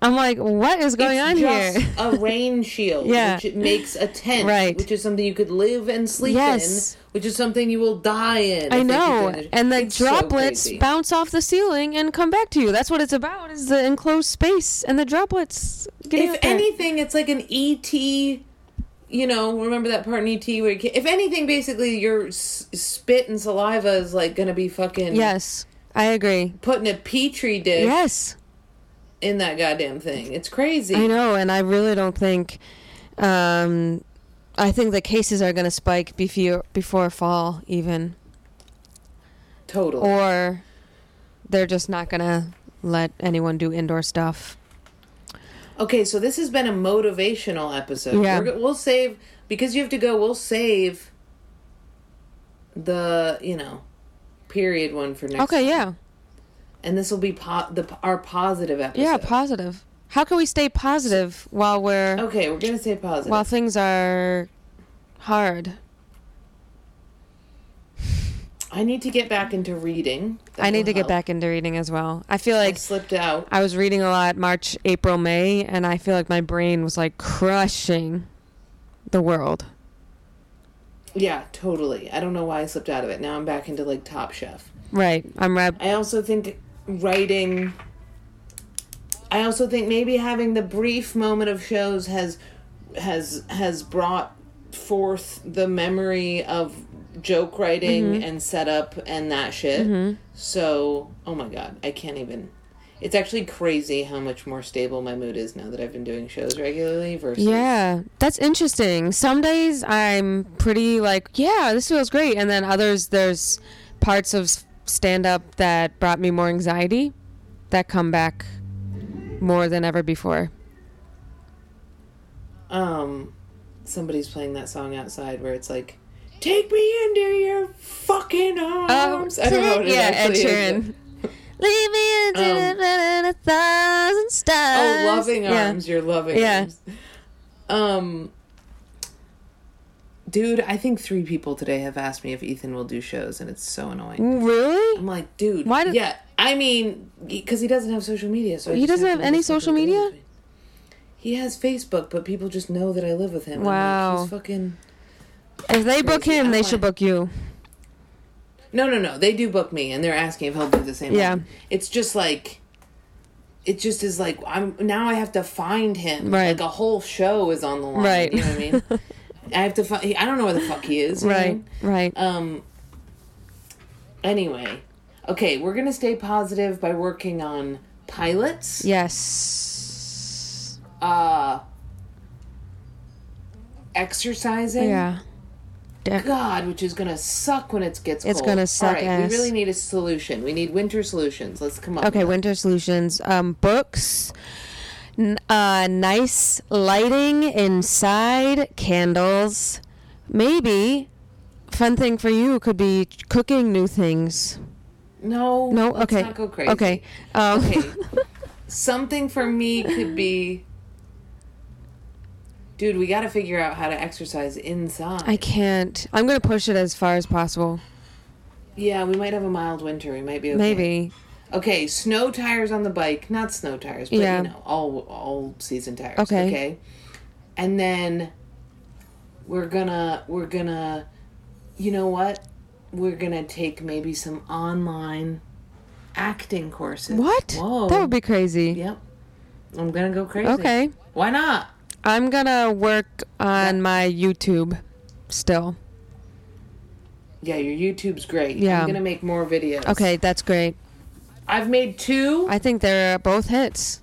[SPEAKER 3] I'm like, what is going
[SPEAKER 4] It's
[SPEAKER 3] on
[SPEAKER 4] just
[SPEAKER 3] here?
[SPEAKER 4] a rain shield,
[SPEAKER 3] Yeah.
[SPEAKER 4] which it makes a tent,
[SPEAKER 3] Right.
[SPEAKER 4] which is something you could live and sleep
[SPEAKER 3] Yes.
[SPEAKER 4] in, which is something you will die in.
[SPEAKER 3] I
[SPEAKER 4] if they keep
[SPEAKER 3] know.
[SPEAKER 4] doing this.
[SPEAKER 3] And the
[SPEAKER 4] It's so
[SPEAKER 3] droplets
[SPEAKER 4] crazy.
[SPEAKER 3] bounce off the ceiling and come back to you. That's what it's about is the enclosed space and the droplets getting
[SPEAKER 4] if
[SPEAKER 3] up there.
[SPEAKER 4] anything, it's like an ET. You know, remember that part in ET where, you ca- if anything, basically your s- spit and saliva is like gonna be fucking
[SPEAKER 3] Yes. I agree.
[SPEAKER 4] putting a petri dish
[SPEAKER 3] Yes.
[SPEAKER 4] in that goddamn thing. It's crazy.
[SPEAKER 3] I know, and I really don't think. Um, I think the cases are going to spike before before fall, even,
[SPEAKER 4] Totally.
[SPEAKER 3] or they're just not going to let anyone do indoor stuff.
[SPEAKER 4] okay, so this has been a motivational episode.
[SPEAKER 3] Yeah.
[SPEAKER 4] We're, go- we'll save because you have to go. We'll save the you know period one for next.
[SPEAKER 3] Okay,
[SPEAKER 4] time.
[SPEAKER 3] yeah,
[SPEAKER 4] And this will be po- the our positive episode.
[SPEAKER 3] yeah, positive. How can we stay positive while we're
[SPEAKER 4] okay, we're gonna say positive.
[SPEAKER 3] while things are hard?
[SPEAKER 4] I need to get back into reading. That
[SPEAKER 3] I
[SPEAKER 4] will
[SPEAKER 3] need to get
[SPEAKER 4] help.
[SPEAKER 3] back into reading as well. I feel
[SPEAKER 4] I
[SPEAKER 3] like
[SPEAKER 4] slipped out.
[SPEAKER 3] I was reading a lot March, April, May, and I feel like my brain was like crushing the world.
[SPEAKER 4] Yeah, totally. I don't know why I slipped out of it. Now I'm back into like Top Chef.
[SPEAKER 3] Right, I'm rab-
[SPEAKER 4] I also think writing. I also think maybe having the brief moment of shows has has has brought forth the memory of joke writing and setup and that shit. So, oh my god, I can't even. It's actually crazy how much more stable my mood is now that I've been doing shows regularly versus
[SPEAKER 3] Yeah, that's interesting. Some days I'm pretty like, yeah, this feels great, and then others there's parts of stand up that brought me more anxiety that come back more than ever before.
[SPEAKER 4] um somebody's playing that song outside where it's like take me into your fucking arms Um, i don't know what it
[SPEAKER 3] Oh, yeah, Ed
[SPEAKER 4] actually is,
[SPEAKER 3] Sheeran. Leave me into
[SPEAKER 4] Um,
[SPEAKER 3] a thousand
[SPEAKER 4] but-
[SPEAKER 3] stars.
[SPEAKER 4] oh loving
[SPEAKER 3] Yeah.
[SPEAKER 4] arms you're loving
[SPEAKER 3] Yeah.
[SPEAKER 4] arms um dude i think three people today have asked me if ethan will do shows and it's so annoying
[SPEAKER 3] Really?
[SPEAKER 4] i'm like dude
[SPEAKER 3] Mm. Why did-
[SPEAKER 4] yeah i mean because he doesn't have social media so I
[SPEAKER 3] He
[SPEAKER 4] just
[SPEAKER 3] doesn't
[SPEAKER 4] to
[SPEAKER 3] have
[SPEAKER 4] do
[SPEAKER 3] any
[SPEAKER 4] this fucking
[SPEAKER 3] social
[SPEAKER 4] thing
[SPEAKER 3] media?
[SPEAKER 4] with me. he has facebook but people just know that i live with him I'm like,
[SPEAKER 3] Wow.
[SPEAKER 4] he's fucking
[SPEAKER 3] If they book
[SPEAKER 4] Crazy.
[SPEAKER 3] him,
[SPEAKER 4] I
[SPEAKER 3] they
[SPEAKER 4] want-
[SPEAKER 3] should book you.
[SPEAKER 4] No, no, no. They do book me, and they're asking if he'll do the same.
[SPEAKER 3] Yeah.
[SPEAKER 4] one. It's just like, it just is like I'm now. I have to find him.
[SPEAKER 3] Right.
[SPEAKER 4] Like a whole show is on the line.
[SPEAKER 3] Right.
[SPEAKER 4] You know what I mean? I have to find. I don't know where the fuck he is. you know what I
[SPEAKER 3] Right,
[SPEAKER 4] mean?
[SPEAKER 3] right.
[SPEAKER 4] Um. Anyway, okay, we're gonna stay positive by working on pilots.
[SPEAKER 3] yes.
[SPEAKER 4] Uh. Exercising.
[SPEAKER 3] Yeah. Def-
[SPEAKER 4] God, which is gonna suck when it gets cold.
[SPEAKER 3] It's gonna suck
[SPEAKER 4] All right,
[SPEAKER 3] ass.
[SPEAKER 4] we really need a solution. We need winter solutions. Let's come up.
[SPEAKER 3] Okay,
[SPEAKER 4] with
[SPEAKER 3] winter solutions. Um, books, n- uh, nice lighting inside, candles. Maybe fun thing for you could be cooking new things.
[SPEAKER 4] that. no,
[SPEAKER 3] No,
[SPEAKER 4] let's
[SPEAKER 3] okay,
[SPEAKER 4] not go crazy.
[SPEAKER 3] okay, um,
[SPEAKER 4] Okay. Something for me could be. Dude, we got to figure out how to exercise inside.
[SPEAKER 3] I can't. I'm gonna push it as far as possible.
[SPEAKER 4] yeah, we might have a mild winter. We might be okay.
[SPEAKER 3] Maybe.
[SPEAKER 4] Okay, snow tires on the bike, not snow tires, but
[SPEAKER 3] Yeah.
[SPEAKER 4] you know, all all season tires.
[SPEAKER 3] Okay.
[SPEAKER 4] Okay. And then we're gonna we're gonna you know what? We're gonna take maybe some online acting courses.
[SPEAKER 3] What?
[SPEAKER 4] Whoa.
[SPEAKER 3] That would be crazy.
[SPEAKER 4] Yep. I'm gonna go crazy.
[SPEAKER 3] Okay.
[SPEAKER 4] Why not?
[SPEAKER 3] I'm gonna work on my YouTube still.
[SPEAKER 4] Yeah, your YouTube's great.
[SPEAKER 3] Yeah.
[SPEAKER 4] I'm gonna make more videos.
[SPEAKER 3] Okay, that's great.
[SPEAKER 4] I've made two.
[SPEAKER 3] I think they're both hits.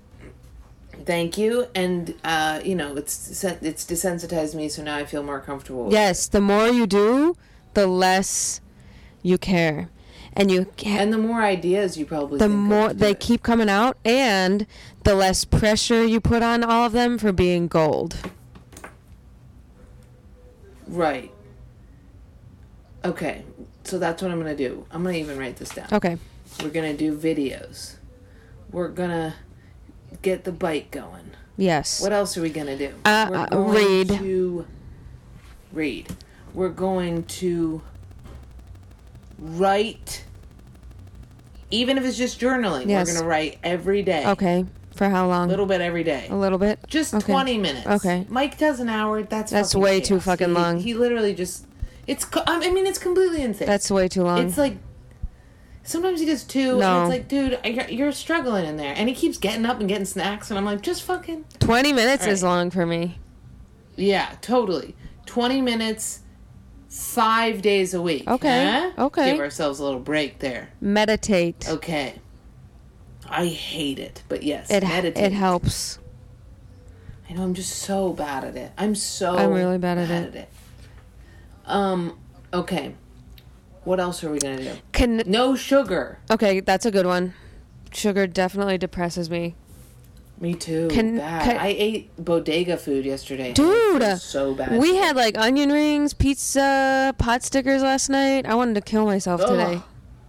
[SPEAKER 4] Thank you. And uh, you know, it's it's desensitized me, so now I feel more comfortable. with
[SPEAKER 3] Yes, the more you do, the less you care. And you ca-
[SPEAKER 4] And the more ideas you probably
[SPEAKER 3] the
[SPEAKER 4] think of
[SPEAKER 3] more
[SPEAKER 4] to do
[SPEAKER 3] they
[SPEAKER 4] it.
[SPEAKER 3] keep coming out and the less pressure you put on all of them for being gold.
[SPEAKER 4] right. Okay, so that's what I'm gonna do. I'm gonna even write this down.
[SPEAKER 3] Okay.
[SPEAKER 4] We're gonna do videos. We're gonna get the bike going.
[SPEAKER 3] Yes.
[SPEAKER 4] What else are we gonna do?
[SPEAKER 3] Uh,
[SPEAKER 4] We're
[SPEAKER 3] uh, read.
[SPEAKER 4] to read. We're going to write. Even if it's just journaling,
[SPEAKER 3] Yes.
[SPEAKER 4] we're gonna write every day.
[SPEAKER 3] Okay. For how
[SPEAKER 4] A
[SPEAKER 3] long?
[SPEAKER 4] little bit every day.
[SPEAKER 3] a little bit.
[SPEAKER 4] Just
[SPEAKER 3] Okay.
[SPEAKER 4] 20 minutes.
[SPEAKER 3] Okay.
[SPEAKER 4] Mike does an hour. That's
[SPEAKER 3] That's
[SPEAKER 4] fucking
[SPEAKER 3] way too
[SPEAKER 4] chaos.
[SPEAKER 3] fucking
[SPEAKER 4] He-
[SPEAKER 3] long.
[SPEAKER 4] He literally just. It's. co- I mean, it's completely insane.
[SPEAKER 3] That's way too long.
[SPEAKER 4] It's like. Sometimes he does two,
[SPEAKER 3] No.
[SPEAKER 4] and it's like, dude, I- you're, you're struggling in there. And he keeps getting up and getting snacks, and I'm like, just fucking.
[SPEAKER 3] 20 minutes
[SPEAKER 4] All
[SPEAKER 3] is
[SPEAKER 4] right.
[SPEAKER 3] long for me.
[SPEAKER 4] Yeah, totally. 20 minutes, five days a week.
[SPEAKER 3] Okay,
[SPEAKER 4] huh?
[SPEAKER 3] okay.
[SPEAKER 4] Give ourselves a little break there.
[SPEAKER 3] Meditate.
[SPEAKER 4] Okay. I hate it, but yes,
[SPEAKER 3] It
[SPEAKER 4] meditate.
[SPEAKER 3] it helps.
[SPEAKER 4] I know I'm just so bad at it. I'm so
[SPEAKER 3] I'm really bad at it.
[SPEAKER 4] Um okay. What else are we going to do?
[SPEAKER 3] Con-
[SPEAKER 4] No sugar.
[SPEAKER 3] Okay, that's a good one. Sugar definitely depresses me.
[SPEAKER 4] Me too.
[SPEAKER 3] Can-
[SPEAKER 4] bad.
[SPEAKER 3] can-
[SPEAKER 4] I ate bodega food yesterday. and
[SPEAKER 3] Dude,
[SPEAKER 4] it was so bad.
[SPEAKER 3] We had like onion rings, pizza, pot stickers last night. I wanted to kill myself
[SPEAKER 4] Ugh.
[SPEAKER 3] today.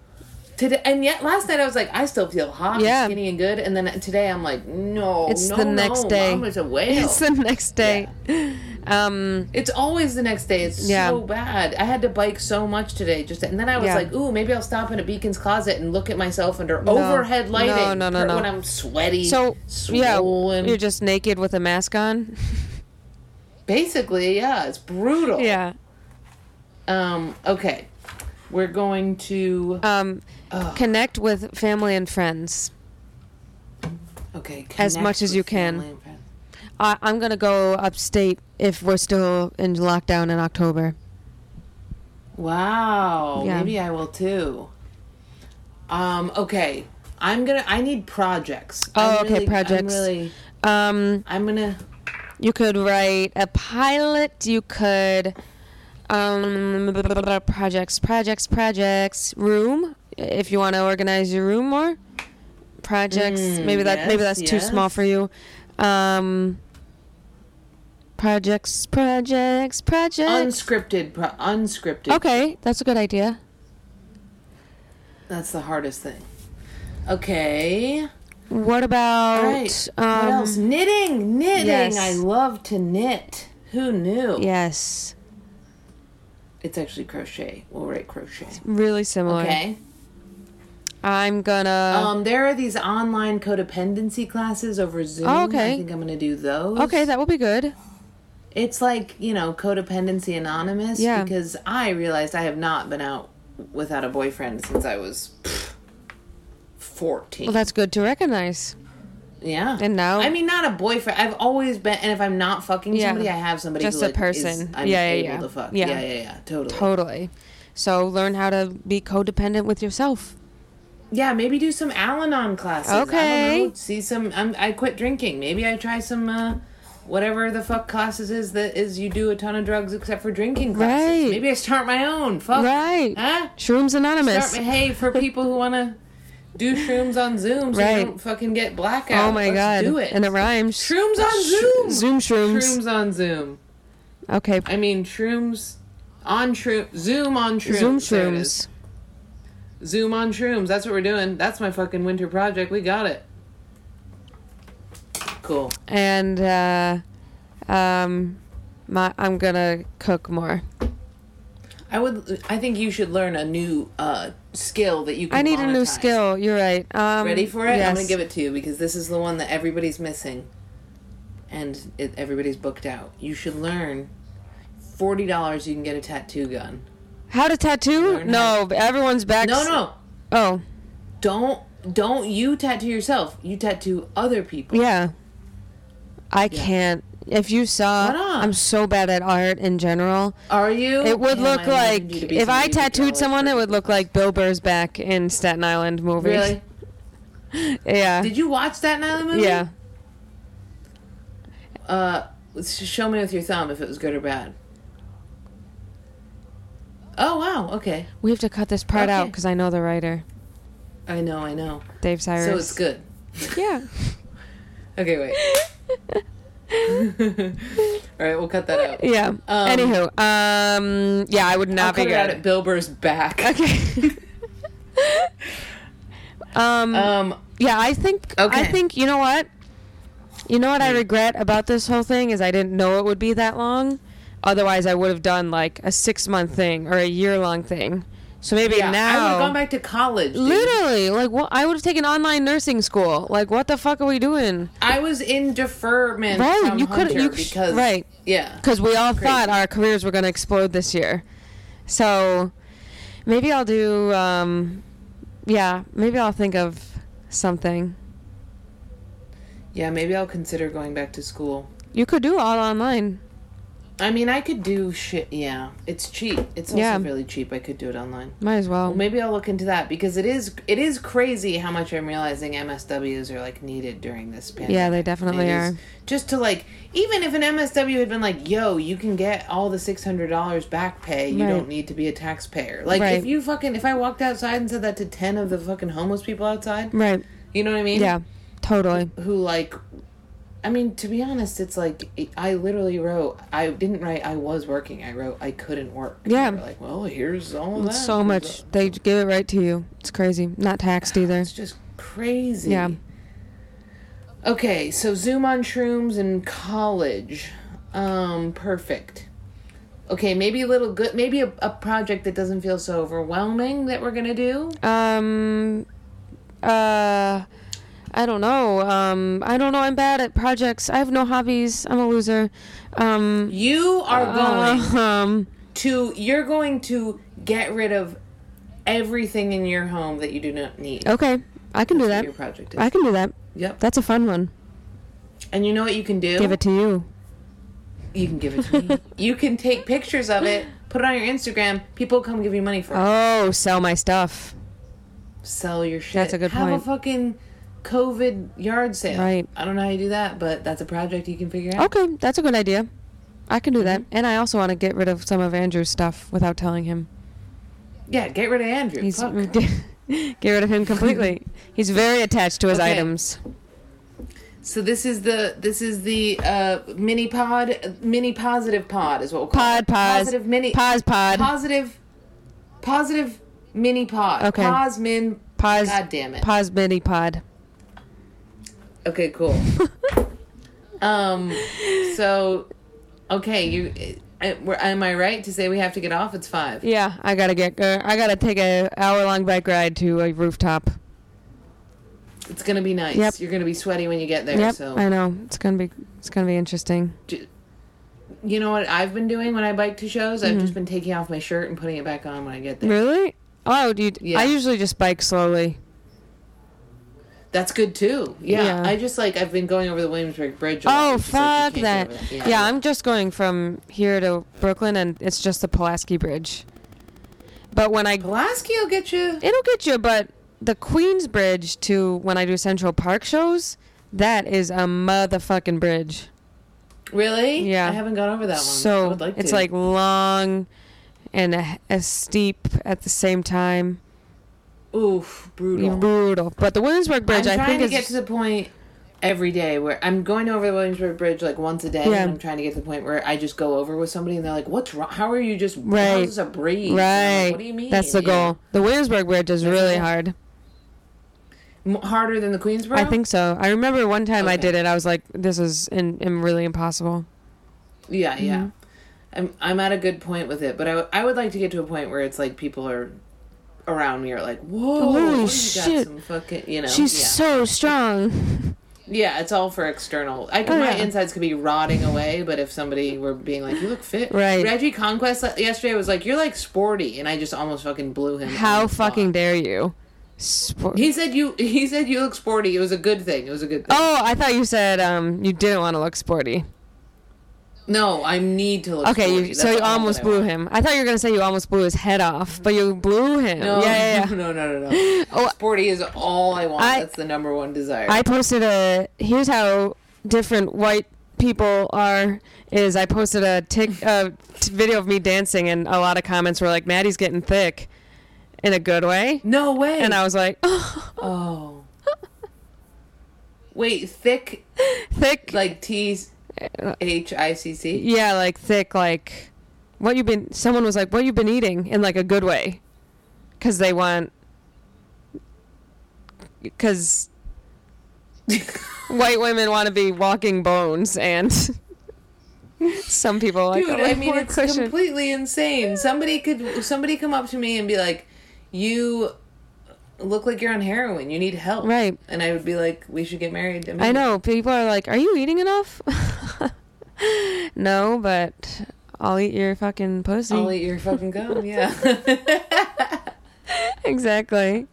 [SPEAKER 4] today, and yet last night I was like, I still feel hot,
[SPEAKER 3] Yeah.
[SPEAKER 4] and skinny and good, and then today I'm like, no,
[SPEAKER 3] It's
[SPEAKER 4] no,
[SPEAKER 3] the next
[SPEAKER 4] no,
[SPEAKER 3] day.
[SPEAKER 4] Mom is a whale.
[SPEAKER 3] It's the next day. Um,
[SPEAKER 4] It's always the next day. It's
[SPEAKER 3] Yeah.
[SPEAKER 4] so bad. I had to bike so much today. Just and then I was
[SPEAKER 3] Yeah.
[SPEAKER 4] like, ooh, maybe I'll stop in a Beacon's closet and look at myself under overhead lighting.
[SPEAKER 3] No, no, no,
[SPEAKER 4] for
[SPEAKER 3] no.
[SPEAKER 4] When I'm sweaty,
[SPEAKER 3] so yeah,
[SPEAKER 4] swollen.
[SPEAKER 3] you're just naked with a mask on.
[SPEAKER 4] basically, yeah, it's brutal.
[SPEAKER 3] yeah.
[SPEAKER 4] Um. Okay. We're going to
[SPEAKER 3] Um, connect with family and friends.
[SPEAKER 4] okay
[SPEAKER 3] as
[SPEAKER 4] connect
[SPEAKER 3] much as
[SPEAKER 4] with
[SPEAKER 3] you can.
[SPEAKER 4] family and friends.
[SPEAKER 3] I, I'm gonna go upstate if we're still in lockdown in October.
[SPEAKER 4] Wow.
[SPEAKER 3] Yeah.
[SPEAKER 4] Maybe I will too. Um. Okay. I'm gonna. I need projects.
[SPEAKER 3] Oh,
[SPEAKER 4] I'm
[SPEAKER 3] okay,
[SPEAKER 4] really-
[SPEAKER 3] projects.
[SPEAKER 4] I'm really.
[SPEAKER 3] Um,
[SPEAKER 4] I'm gonna.
[SPEAKER 3] you could write a pilot. You could um, projects, projects, projects. Room, if you want to organize your room more. Projects. maybe that. maybe
[SPEAKER 4] Mm, yes,
[SPEAKER 3] that's too small
[SPEAKER 4] yes.
[SPEAKER 3] for you. Um, projects, projects, projects.
[SPEAKER 4] Unscripted. Pro- unscripted.
[SPEAKER 3] okay, that's a good idea.
[SPEAKER 4] That's the hardest thing. Okay.
[SPEAKER 3] What about?
[SPEAKER 4] All right.
[SPEAKER 3] Um,
[SPEAKER 4] what else? Knitting. Knitting.
[SPEAKER 3] yes.
[SPEAKER 4] I love to knit. Who knew?
[SPEAKER 3] Yes,
[SPEAKER 4] It's actually crochet. We'll write crochet.
[SPEAKER 3] really similar.
[SPEAKER 4] Okay.
[SPEAKER 3] I'm gonna.
[SPEAKER 4] Um, there are these online codependency classes over Zoom.
[SPEAKER 3] Oh, okay.
[SPEAKER 4] I think I'm going to do those.
[SPEAKER 3] okay, that will be good.
[SPEAKER 4] It's like, you know, Codependency Anonymous
[SPEAKER 3] Yeah.
[SPEAKER 4] because I realized I have not been out without a boyfriend since I was pff, 14.
[SPEAKER 3] Well, that's good to recognize.
[SPEAKER 4] Yeah.
[SPEAKER 3] And now-
[SPEAKER 4] I mean, not a boyfriend. I've always been, and if I'm not fucking
[SPEAKER 3] Yeah.
[SPEAKER 4] somebody, I have somebody.
[SPEAKER 3] Just
[SPEAKER 4] who,
[SPEAKER 3] a
[SPEAKER 4] like,
[SPEAKER 3] person.
[SPEAKER 4] Is, I'm
[SPEAKER 3] Yeah, yeah,
[SPEAKER 4] able
[SPEAKER 3] yeah.
[SPEAKER 4] To fuck.
[SPEAKER 3] Yeah.
[SPEAKER 4] Yeah. yeah, yeah, Totally.
[SPEAKER 3] Totally. So learn how to be codependent with yourself.
[SPEAKER 4] Yeah, maybe do some Al-Anon classes. I
[SPEAKER 3] Okay.
[SPEAKER 4] don't know. See some. I'm, I quit drinking. Maybe I try some. uh Whatever the fuck classes is that is you do a ton of drugs except for drinking classes.
[SPEAKER 3] Right.
[SPEAKER 4] Maybe I start my own. Fuck.
[SPEAKER 3] Right.
[SPEAKER 4] Oh. Huh?
[SPEAKER 3] Shrooms Anonymous.
[SPEAKER 4] Start my, hey, for people who want to do shrooms on Zoom so
[SPEAKER 3] Right.
[SPEAKER 4] you don't fucking get blackout.
[SPEAKER 3] oh my
[SPEAKER 4] Let's
[SPEAKER 3] god.
[SPEAKER 4] Do it.
[SPEAKER 3] And it rhymes.
[SPEAKER 4] shrooms on Zoom.
[SPEAKER 3] Zoom shrooms.
[SPEAKER 4] Shrooms on Zoom.
[SPEAKER 3] Okay.
[SPEAKER 4] I mean, shrooms on shroom, Zoom on shrooms.
[SPEAKER 3] Zoom
[SPEAKER 4] There it is.
[SPEAKER 3] shrooms.
[SPEAKER 4] Zoom on shrooms. That's what we're doing. That's my fucking winter project. We got it. Cool.
[SPEAKER 3] and uh, um, my, I'm gonna cook more.
[SPEAKER 4] I would. I think you should learn a new uh, skill that you. can
[SPEAKER 3] I need a new
[SPEAKER 4] monetize.
[SPEAKER 3] skill. You're right. Um,
[SPEAKER 4] Ready for it?
[SPEAKER 3] Yes.
[SPEAKER 4] I'm gonna give it to you because this is the one that everybody's missing, and it, everybody's booked out. You should learn. Forty dollars, you can get a tattoo gun.
[SPEAKER 3] How to tattoo?
[SPEAKER 4] Learn
[SPEAKER 3] No, but everyone's back.
[SPEAKER 4] No, no,
[SPEAKER 3] Oh,
[SPEAKER 4] don't don't you tattoo yourself. You tattoo other people.
[SPEAKER 3] yeah. I can't. If you saw,
[SPEAKER 4] Why not?
[SPEAKER 3] I'm so bad at art in general.
[SPEAKER 4] Are you?
[SPEAKER 3] It would
[SPEAKER 4] Damn,
[SPEAKER 3] look
[SPEAKER 4] I wanted
[SPEAKER 3] like
[SPEAKER 4] you to be
[SPEAKER 3] if I
[SPEAKER 4] somebody who could draw
[SPEAKER 3] tattooed
[SPEAKER 4] like
[SPEAKER 3] someone, it would
[SPEAKER 4] perfectly.
[SPEAKER 3] look like Bill Burr's back in Staten Island movie.
[SPEAKER 4] Really?
[SPEAKER 3] Yeah.
[SPEAKER 4] Did you watch that Nyla movie?
[SPEAKER 3] yeah.
[SPEAKER 4] Uh, let's just show me with your thumb if it was good or bad. Oh wow. Okay.
[SPEAKER 3] We have to cut this part out 'cause out
[SPEAKER 4] Okay.
[SPEAKER 3] because I know the writer,
[SPEAKER 4] I know. I know.
[SPEAKER 3] Dave Cyrus.
[SPEAKER 4] So it's good.
[SPEAKER 3] Yeah.
[SPEAKER 4] Okay. Wait. All right. We'll cut that out.
[SPEAKER 3] Yeah.
[SPEAKER 4] Um,
[SPEAKER 3] Anywho, um, yeah, I would not
[SPEAKER 4] I'll cut it
[SPEAKER 3] figure
[SPEAKER 4] out
[SPEAKER 3] out
[SPEAKER 4] at Bill Burr's back.
[SPEAKER 3] Okay. um,
[SPEAKER 4] Um.
[SPEAKER 3] yeah, I think I
[SPEAKER 4] okay. Mm.
[SPEAKER 3] think you know what? You know what I regret about this whole thing is I didn't know it would be that long. Otherwise, I would have done like a 6-month thing or a year-long thing. So maybe
[SPEAKER 4] Yeah. I would
[SPEAKER 3] now
[SPEAKER 4] have gone back to college. dude.
[SPEAKER 3] Literally, like what I would have taken online nursing school. Like what the fuck are we doing?
[SPEAKER 4] I was in deferment
[SPEAKER 3] Right,
[SPEAKER 4] from
[SPEAKER 3] you
[SPEAKER 4] Hunter
[SPEAKER 3] couldn't- you sh-
[SPEAKER 4] because
[SPEAKER 3] right.
[SPEAKER 4] Yeah.
[SPEAKER 3] because we all
[SPEAKER 4] Crazy.
[SPEAKER 3] thought our careers were going to explode this year. So maybe I'll do, um, yeah, maybe I'll think of something.
[SPEAKER 4] Yeah. Maybe I'll consider going back to school.
[SPEAKER 3] You could do all online.
[SPEAKER 4] I mean, I could do shit. Yeah, it's cheap. It's also
[SPEAKER 3] Yeah.
[SPEAKER 4] really cheap. I could do it online.
[SPEAKER 3] Might as well.
[SPEAKER 4] Well, maybe I'll look into that because it is it is crazy how much I'm realizing MSWs are like needed during this pandemic.
[SPEAKER 3] Yeah, they definitely
[SPEAKER 4] It is-
[SPEAKER 3] are.
[SPEAKER 4] Just to like, even if an MSW had been like, "Yo, you can get all the six hundred dollars back pay. You
[SPEAKER 3] Right.
[SPEAKER 4] don't need to be a taxpayer." Like,
[SPEAKER 3] Right.
[SPEAKER 4] if you fucking if I walked outside and said that to ten of the fucking homeless people outside,
[SPEAKER 3] Right.
[SPEAKER 4] you know what I mean?
[SPEAKER 3] Yeah, totally.
[SPEAKER 4] who like I mean, to be honest, it's like I literally wrote. I didn't write. I was working. I wrote. I couldn't work. And
[SPEAKER 3] Yeah.
[SPEAKER 4] they were like, well, here's all that.
[SPEAKER 3] So much. They give it right to you. It's crazy. Not taxed either.
[SPEAKER 4] It's just crazy.
[SPEAKER 3] Yeah.
[SPEAKER 4] Okay, so Zoom on shrooms in college. Um, perfect. Okay, maybe a little good. Maybe a, a project that doesn't feel so overwhelming that we're gonna do.
[SPEAKER 3] Um, uh, I don't know. Um, I don't know. I'm bad at projects. I have no hobbies. I'm a loser. Um,
[SPEAKER 4] You are going
[SPEAKER 3] um,
[SPEAKER 4] to. You're going to get rid of everything in your home that you do not need.
[SPEAKER 3] Okay, Oh, I can do
[SPEAKER 4] That's what
[SPEAKER 3] that.
[SPEAKER 4] Your project is.
[SPEAKER 3] I can do that.
[SPEAKER 4] yep.
[SPEAKER 3] That's a fun one.
[SPEAKER 4] and you know what you can do?
[SPEAKER 3] Give it to you.
[SPEAKER 4] you can give it to me. you can take pictures of it, put it on your Instagram. People come give you money for it.
[SPEAKER 3] Oh, sell my stuff.
[SPEAKER 4] Sell your shit.
[SPEAKER 3] That's a good
[SPEAKER 4] Have
[SPEAKER 3] point.
[SPEAKER 4] a fucking COVID yard sale.
[SPEAKER 3] Right.
[SPEAKER 4] I don't know how you do that, but that's a project you can figure out.
[SPEAKER 3] Okay, that's a good idea. I can do
[SPEAKER 4] Mm-hmm.
[SPEAKER 3] that. And I also want to get rid of some of Andrew's stuff without telling him.
[SPEAKER 4] Yeah, get rid of Andrew.
[SPEAKER 3] He's mm.
[SPEAKER 4] Fuck.
[SPEAKER 3] get rid of him completely. He's very attached to his
[SPEAKER 4] Okay.
[SPEAKER 3] items.
[SPEAKER 4] So this is the this is the uh, mini pod mini positive pod is what we'll call
[SPEAKER 3] Pod,
[SPEAKER 4] it.
[SPEAKER 3] pause.
[SPEAKER 4] positive mini
[SPEAKER 3] Pause, pod.
[SPEAKER 4] positive positive mini pod.
[SPEAKER 3] Okay.
[SPEAKER 4] Pause min
[SPEAKER 3] Pause.
[SPEAKER 4] God damn it.
[SPEAKER 3] Pause mini pod.
[SPEAKER 4] Okay, cool. um, so, okay, you, I, we're, am I right to say we have to get off? It's five.
[SPEAKER 3] Yeah, I gotta get. Uh, I gotta take a hour long bike ride to a rooftop.
[SPEAKER 4] It's gonna be nice.
[SPEAKER 3] Yep.
[SPEAKER 4] You're gonna be sweaty when you get there.
[SPEAKER 3] Yep,
[SPEAKER 4] So,
[SPEAKER 3] I know it's gonna be. It's gonna be interesting.
[SPEAKER 4] you know what I've been doing when I bike to shows? I've
[SPEAKER 3] Mm-hmm.
[SPEAKER 4] just been taking off my shirt and putting it back on when I get there.
[SPEAKER 3] Really? Oh, do you,
[SPEAKER 4] Yeah.
[SPEAKER 3] I usually just bike slowly.
[SPEAKER 4] That's good too. Yeah,
[SPEAKER 3] Yeah.
[SPEAKER 4] I just like I've been going over the Williamsburg Bridge. a lot.
[SPEAKER 3] Oh
[SPEAKER 4] It's just, like,
[SPEAKER 3] fuck
[SPEAKER 4] you can't
[SPEAKER 3] that!
[SPEAKER 4] go over
[SPEAKER 3] Yeah. I'm just going from here to Brooklyn, and it's just the Pulaski Bridge. But when I
[SPEAKER 4] Pulaski will get you.
[SPEAKER 3] it'll get you, but the Queens Bridge to when I do Central Park shows, that is a motherfucking bridge.
[SPEAKER 4] Really?
[SPEAKER 3] Yeah.
[SPEAKER 4] I haven't gone over that one. I
[SPEAKER 3] So
[SPEAKER 4] would like
[SPEAKER 3] it's
[SPEAKER 4] to.
[SPEAKER 3] like long and a, a steep at the same time,
[SPEAKER 4] oof, brutal.
[SPEAKER 3] brutal. But the Williamsburg Bridge,
[SPEAKER 4] I'm
[SPEAKER 3] I think,
[SPEAKER 4] trying to
[SPEAKER 3] is
[SPEAKER 4] get to the point every day where I'm going over the Williamsburg Bridge like once a day,
[SPEAKER 3] Yeah.
[SPEAKER 4] and I'm trying to get to the point where I just go over with somebody, and they're like, "What's wrong? How are you just
[SPEAKER 3] Right.
[SPEAKER 4] how's this a breeze?" And I'm like,
[SPEAKER 3] right.
[SPEAKER 4] what do you mean?
[SPEAKER 3] That's the
[SPEAKER 4] Yeah.
[SPEAKER 3] goal. The Williamsburg Bridge is
[SPEAKER 4] That's the
[SPEAKER 3] really
[SPEAKER 4] goal.
[SPEAKER 3] hard.
[SPEAKER 4] M- harder than the Queensboro?
[SPEAKER 3] I think so. I remember one time I
[SPEAKER 4] Okay.
[SPEAKER 3] did it. I was like, "This is in, in really impossible."
[SPEAKER 4] Yeah,
[SPEAKER 3] Mm-hmm.
[SPEAKER 4] yeah. I'm I'm at a good point with it, but I, w- I would like to get to a point where it's like people are around me are like, whoa,
[SPEAKER 3] Holy
[SPEAKER 4] you
[SPEAKER 3] shit.
[SPEAKER 4] got some fucking, you know,
[SPEAKER 3] She's
[SPEAKER 4] yeah.
[SPEAKER 3] so strong.
[SPEAKER 4] yeah, it's all for external. I could,
[SPEAKER 3] Oh,
[SPEAKER 4] my
[SPEAKER 3] yeah.
[SPEAKER 4] insides could be rotting away, but if somebody were being like, you look fit,
[SPEAKER 3] Right.
[SPEAKER 4] Reggie Conquest le- yesterday was like, you're like sporty, and I just almost fucking blew him. on
[SPEAKER 3] How
[SPEAKER 4] the spot.
[SPEAKER 3] fucking dare you? Spor-
[SPEAKER 4] He said you. He said you look sporty. It was a good thing. It was a good thing.
[SPEAKER 3] oh, I thought you said um you didn't want to look sporty.
[SPEAKER 4] No, I need to look.
[SPEAKER 3] Okay,
[SPEAKER 4] sporty.
[SPEAKER 3] you,
[SPEAKER 4] That's
[SPEAKER 3] so you
[SPEAKER 4] all
[SPEAKER 3] almost
[SPEAKER 4] that I want.
[SPEAKER 3] blew him. I thought you were gonna say you almost blew his head off, but you blew him.
[SPEAKER 4] No,
[SPEAKER 3] Yeah, yeah, yeah.
[SPEAKER 4] no, no, no, no.
[SPEAKER 3] Oh,
[SPEAKER 4] Sporty is all I want.
[SPEAKER 3] I-
[SPEAKER 4] That's the number one desire.
[SPEAKER 3] I posted a here's how different white people are is I posted a tick a t- video of me dancing and a lot of comments were like Maddie's getting thick in a good way
[SPEAKER 4] no way.
[SPEAKER 3] and I was like
[SPEAKER 4] oh. Wait, thick
[SPEAKER 3] thick
[SPEAKER 4] like T H I C C.
[SPEAKER 3] yeah like thick like what you've been someone was like what you've been eating in like a good way cuz they want cuz white women want to be walking bones and some people like
[SPEAKER 4] Dude,
[SPEAKER 3] "Oh,
[SPEAKER 4] I mean
[SPEAKER 3] more
[SPEAKER 4] it's
[SPEAKER 3] cushion."
[SPEAKER 4] completely insane. Somebody could somebody come up to me and be like, "You look like you're on heroin. You need help."
[SPEAKER 3] right
[SPEAKER 4] And I would be like, "We should get married."
[SPEAKER 3] I know people are like, "Are you eating enough?" no, but I'll eat your fucking pussy.
[SPEAKER 4] I'll eat your fucking gum. Yeah.
[SPEAKER 3] exactly.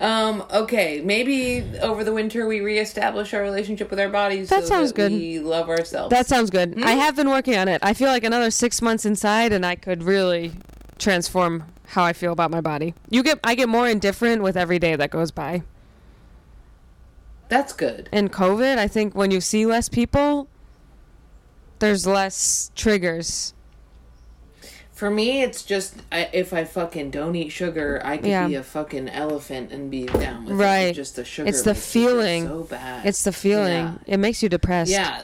[SPEAKER 4] Um, okay, maybe over the winter we reestablish our relationship with our bodies.
[SPEAKER 3] That
[SPEAKER 4] so
[SPEAKER 3] sounds good.
[SPEAKER 4] We love ourselves.
[SPEAKER 3] That sounds good. I
[SPEAKER 4] Hmm?
[SPEAKER 3] have been working on it. I feel like another six months inside, and I could really transform how I feel about my body. You get, I get more indifferent with every day that goes by.
[SPEAKER 4] that's good.
[SPEAKER 3] In COVID, I think when you see less people, there's less triggers.
[SPEAKER 4] For me, it's just I, if I fucking don't eat sugar, I could
[SPEAKER 3] Yeah.
[SPEAKER 4] be a fucking elephant and be down with it.
[SPEAKER 3] Right.
[SPEAKER 4] It's Just the sugar.
[SPEAKER 3] It's the
[SPEAKER 4] makes me feel
[SPEAKER 3] feeling.
[SPEAKER 4] So bad.
[SPEAKER 3] It's the feeling.
[SPEAKER 4] Yeah.
[SPEAKER 3] It makes you depressed.
[SPEAKER 4] yeah.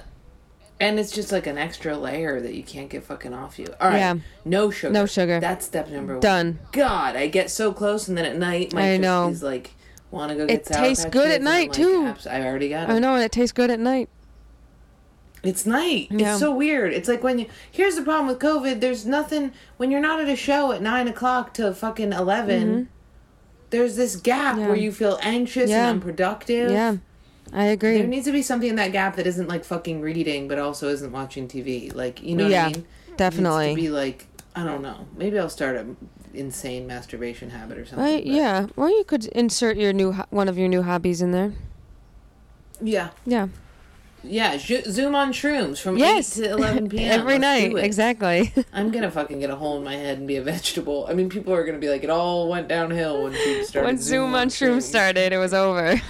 [SPEAKER 4] And it's just like an extra layer that you can't get fucking off you. All right.
[SPEAKER 3] Yeah.
[SPEAKER 4] No sugar.
[SPEAKER 3] No sugar.
[SPEAKER 4] That's step number one.
[SPEAKER 3] Done.
[SPEAKER 4] God, I get so close, and then at night, my
[SPEAKER 3] I
[SPEAKER 4] just
[SPEAKER 3] know.
[SPEAKER 4] is like, want to go
[SPEAKER 3] It
[SPEAKER 4] get sour
[SPEAKER 3] tastes
[SPEAKER 4] Patch
[SPEAKER 3] good
[SPEAKER 4] Kids,
[SPEAKER 3] at
[SPEAKER 4] and I'm
[SPEAKER 3] night,
[SPEAKER 4] like,
[SPEAKER 3] too.
[SPEAKER 4] abs- I already got it.
[SPEAKER 3] I know, and it tastes good at night.
[SPEAKER 4] It's night.
[SPEAKER 3] Yeah.
[SPEAKER 4] It's so weird. It's like when you. Here's the problem with COVID. There's nothing when you're not at a show at nine o'clock to fucking 11 There's this gap
[SPEAKER 3] Mm-hmm. Yeah.
[SPEAKER 4] where you feel anxious
[SPEAKER 3] Yeah.
[SPEAKER 4] and unproductive.
[SPEAKER 3] Yeah, I agree.
[SPEAKER 4] There needs to be something in that gap that isn't like fucking reading, but also isn't watching TV. Like you know
[SPEAKER 3] yeah,
[SPEAKER 4] what I mean?
[SPEAKER 3] definitely.
[SPEAKER 4] Needs to be like I don't know. Maybe I'll start a insane masturbation habit or something.
[SPEAKER 3] I,
[SPEAKER 4] but-
[SPEAKER 3] yeah, or you could insert your new ho- one of your new hobbies in there.
[SPEAKER 4] Yeah.
[SPEAKER 3] Yeah,
[SPEAKER 4] Yeah. Zo- Zoom on shrooms from
[SPEAKER 3] Yes.
[SPEAKER 4] eight to eleven p.m.
[SPEAKER 3] every
[SPEAKER 4] Let's
[SPEAKER 3] night,
[SPEAKER 4] do it.
[SPEAKER 3] exactly.
[SPEAKER 4] I'm gonna fucking get a hole in my head and be a vegetable. I mean, people are gonna be like, it all went downhill when Zoom started.
[SPEAKER 3] when Zoom on Shroom
[SPEAKER 4] Shrooms.
[SPEAKER 3] started, it was over.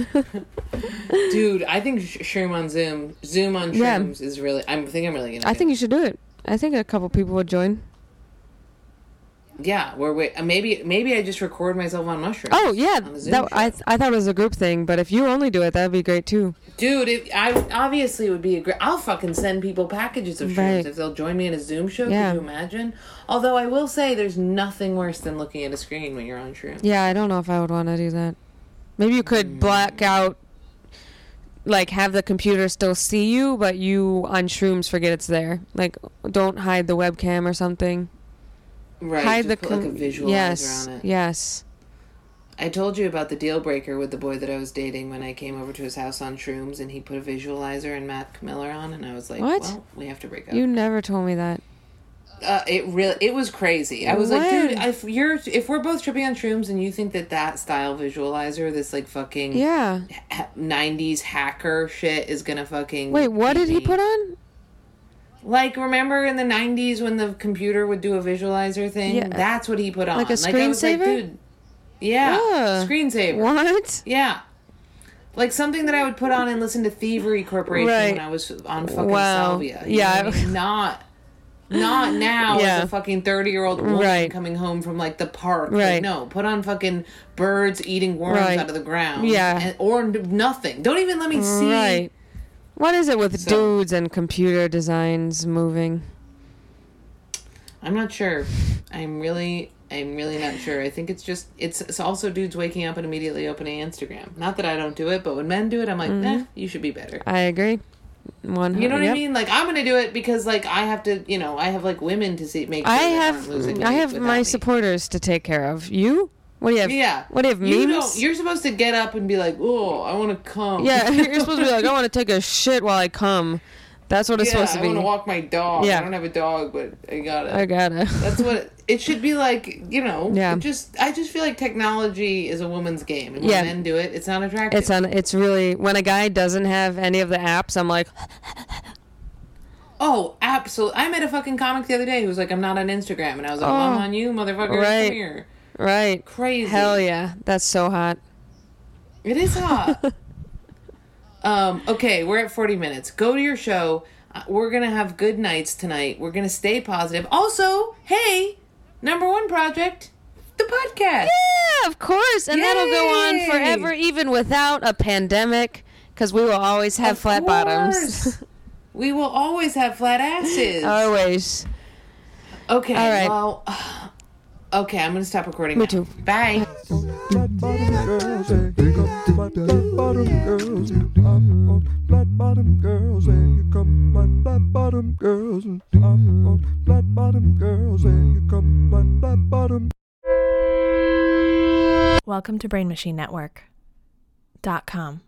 [SPEAKER 4] dude, I think sh- Shroom on Zoom, Zoom on
[SPEAKER 3] Yeah.
[SPEAKER 4] Shrooms is really. I'm think I'm really gonna.
[SPEAKER 3] I
[SPEAKER 4] do
[SPEAKER 3] think you should do it. I think a couple people would join.
[SPEAKER 4] it. Yeah, we're wait. uh, Maybe maybe I just record myself on mushrooms.
[SPEAKER 3] Oh yeah,
[SPEAKER 4] On the Zoom
[SPEAKER 3] that, I I thought it was a group thing, but if you only do it, that'd be great too.
[SPEAKER 4] dude, it, I obviously would be a great. I'll fucking send people packages of shrooms
[SPEAKER 3] Right.
[SPEAKER 4] if they'll join me in a Zoom show.
[SPEAKER 3] Yeah.
[SPEAKER 4] Could you imagine? Although I will say, there's nothing worse than looking at a screen when you're on shrooms.
[SPEAKER 3] Yeah, I don't know if I would want to do that. Maybe you
[SPEAKER 4] Hmm.
[SPEAKER 3] could black out, like have the computer still see you, but you on shrooms forget it's there. Like, don't hide the webcam or something.
[SPEAKER 4] Right.
[SPEAKER 3] hide
[SPEAKER 4] just
[SPEAKER 3] the
[SPEAKER 4] put, like a
[SPEAKER 3] com-
[SPEAKER 4] visualizer
[SPEAKER 3] yes,
[SPEAKER 4] on it.
[SPEAKER 3] yes.
[SPEAKER 4] I told you about the deal breaker with the boy that I was dating when I came over to his house on shrooms and he put a visualizer and Matt Miller on and I was like,
[SPEAKER 3] What?
[SPEAKER 4] well, we have to break up.
[SPEAKER 3] You never told me that.
[SPEAKER 4] uh, it really it was crazy. I was like,
[SPEAKER 3] When?
[SPEAKER 4] dude, if you're if we're both tripping on shrooms and you think that that style visualizer, this like fucking
[SPEAKER 3] Yeah.
[SPEAKER 4] ha- 90s hacker shit is going to fucking
[SPEAKER 3] Wait, what
[SPEAKER 4] beat
[SPEAKER 3] did he
[SPEAKER 4] me."
[SPEAKER 3] put on?
[SPEAKER 4] Like remember in the 90s when the computer would do a visualizer thing?
[SPEAKER 3] Yeah.
[SPEAKER 4] That's what he put on.
[SPEAKER 3] Like a
[SPEAKER 4] I was like,
[SPEAKER 3] screensaver?
[SPEAKER 4] dude. Yeah.
[SPEAKER 3] Ugh.
[SPEAKER 4] Screensaver.
[SPEAKER 3] What?
[SPEAKER 4] Yeah. Like something that I would put on and listen to Thievery Corporation
[SPEAKER 3] Right.
[SPEAKER 4] when I was on fucking
[SPEAKER 3] Wow.
[SPEAKER 4] Salvia. You
[SPEAKER 3] Yeah.
[SPEAKER 4] know what I mean? Not not now
[SPEAKER 3] Yeah.
[SPEAKER 4] as a fucking thirty year old woman
[SPEAKER 3] Right.
[SPEAKER 4] coming home from like the park. Like,
[SPEAKER 3] Right.
[SPEAKER 4] no, put on fucking birds eating worms
[SPEAKER 3] Right.
[SPEAKER 4] out of the ground.
[SPEAKER 3] Yeah.
[SPEAKER 4] And, or n- nothing. Don't even let me see
[SPEAKER 3] Right. What is it with
[SPEAKER 4] So-
[SPEAKER 3] dudes and computer designs moving?
[SPEAKER 4] I'm not sure. I'm really I'm really not sure. I think it's just it's, it's also dudes waking up and immediately opening Instagram. Not that I don't do it, but when men do it, I'm like,
[SPEAKER 3] Mm-hmm.
[SPEAKER 4] nah, you should be better.
[SPEAKER 3] I agree. One.
[SPEAKER 4] You know what I mean? Like I'm gonna do it because like I have to, you know, I have like women to see make. Sure
[SPEAKER 3] I
[SPEAKER 4] they
[SPEAKER 3] have
[SPEAKER 4] aren't losing
[SPEAKER 3] I
[SPEAKER 4] weight
[SPEAKER 3] have
[SPEAKER 4] without
[SPEAKER 3] my
[SPEAKER 4] me.
[SPEAKER 3] supporters to take care of. You? What do you have?
[SPEAKER 4] Yeah.
[SPEAKER 3] What do you have?
[SPEAKER 4] You
[SPEAKER 3] Memes?
[SPEAKER 4] don't, you're supposed to get up and be like, oh, I want to come.
[SPEAKER 3] yeah, you're supposed to be like, I want to take a shit while I come. That's what it's
[SPEAKER 4] yeah,
[SPEAKER 3] supposed to
[SPEAKER 4] I
[SPEAKER 3] be.
[SPEAKER 4] want to walk my dog.
[SPEAKER 3] Yeah.
[SPEAKER 4] I don't have a dog, but I gotta.
[SPEAKER 3] I gotta.
[SPEAKER 4] That's what it, should be like. You know.
[SPEAKER 3] Yeah.
[SPEAKER 4] it just I just feel like technology is a woman's game, and when
[SPEAKER 3] Yeah.
[SPEAKER 4] men do it, it's not attractive.
[SPEAKER 3] It's on. It's really when a guy doesn't have any of the apps. I'm like,
[SPEAKER 4] oh, absolutely. I met a fucking comic the other day who was like, "I'm not on Instagram," and I was like, well, "I'm on you, motherfucker.
[SPEAKER 3] Oh. right.
[SPEAKER 4] Come here."
[SPEAKER 3] right?
[SPEAKER 4] Crazy.
[SPEAKER 3] Hell yeah, that's so hot.
[SPEAKER 4] It is hot. um, okay, we're at 40 minutes. Go to your show. Uh, We're going to have good nights tonight. We're going to stay positive. Also, hey, number one project, the podcast.
[SPEAKER 3] Yeah, of course, and that'll go on
[SPEAKER 4] Yay!
[SPEAKER 3] forever, even without a pandemic, because we will always have
[SPEAKER 4] Of
[SPEAKER 3] flat bottoms.
[SPEAKER 4] course. we will always have flat asses.
[SPEAKER 3] always.
[SPEAKER 4] okay,
[SPEAKER 3] all right.
[SPEAKER 4] well, okay, I'm going to stop recording
[SPEAKER 3] Me
[SPEAKER 4] now.
[SPEAKER 3] too.
[SPEAKER 4] Bye.
[SPEAKER 2] Flat bottom girls, eh? Big up to my flat bottom girls. I'm on flat bottom girls, eh? You come my flat bottom girls. I'm on flat bottom girls, eh? You come my flat bottom
[SPEAKER 1] Welcome to Brain Machine Network. dot com.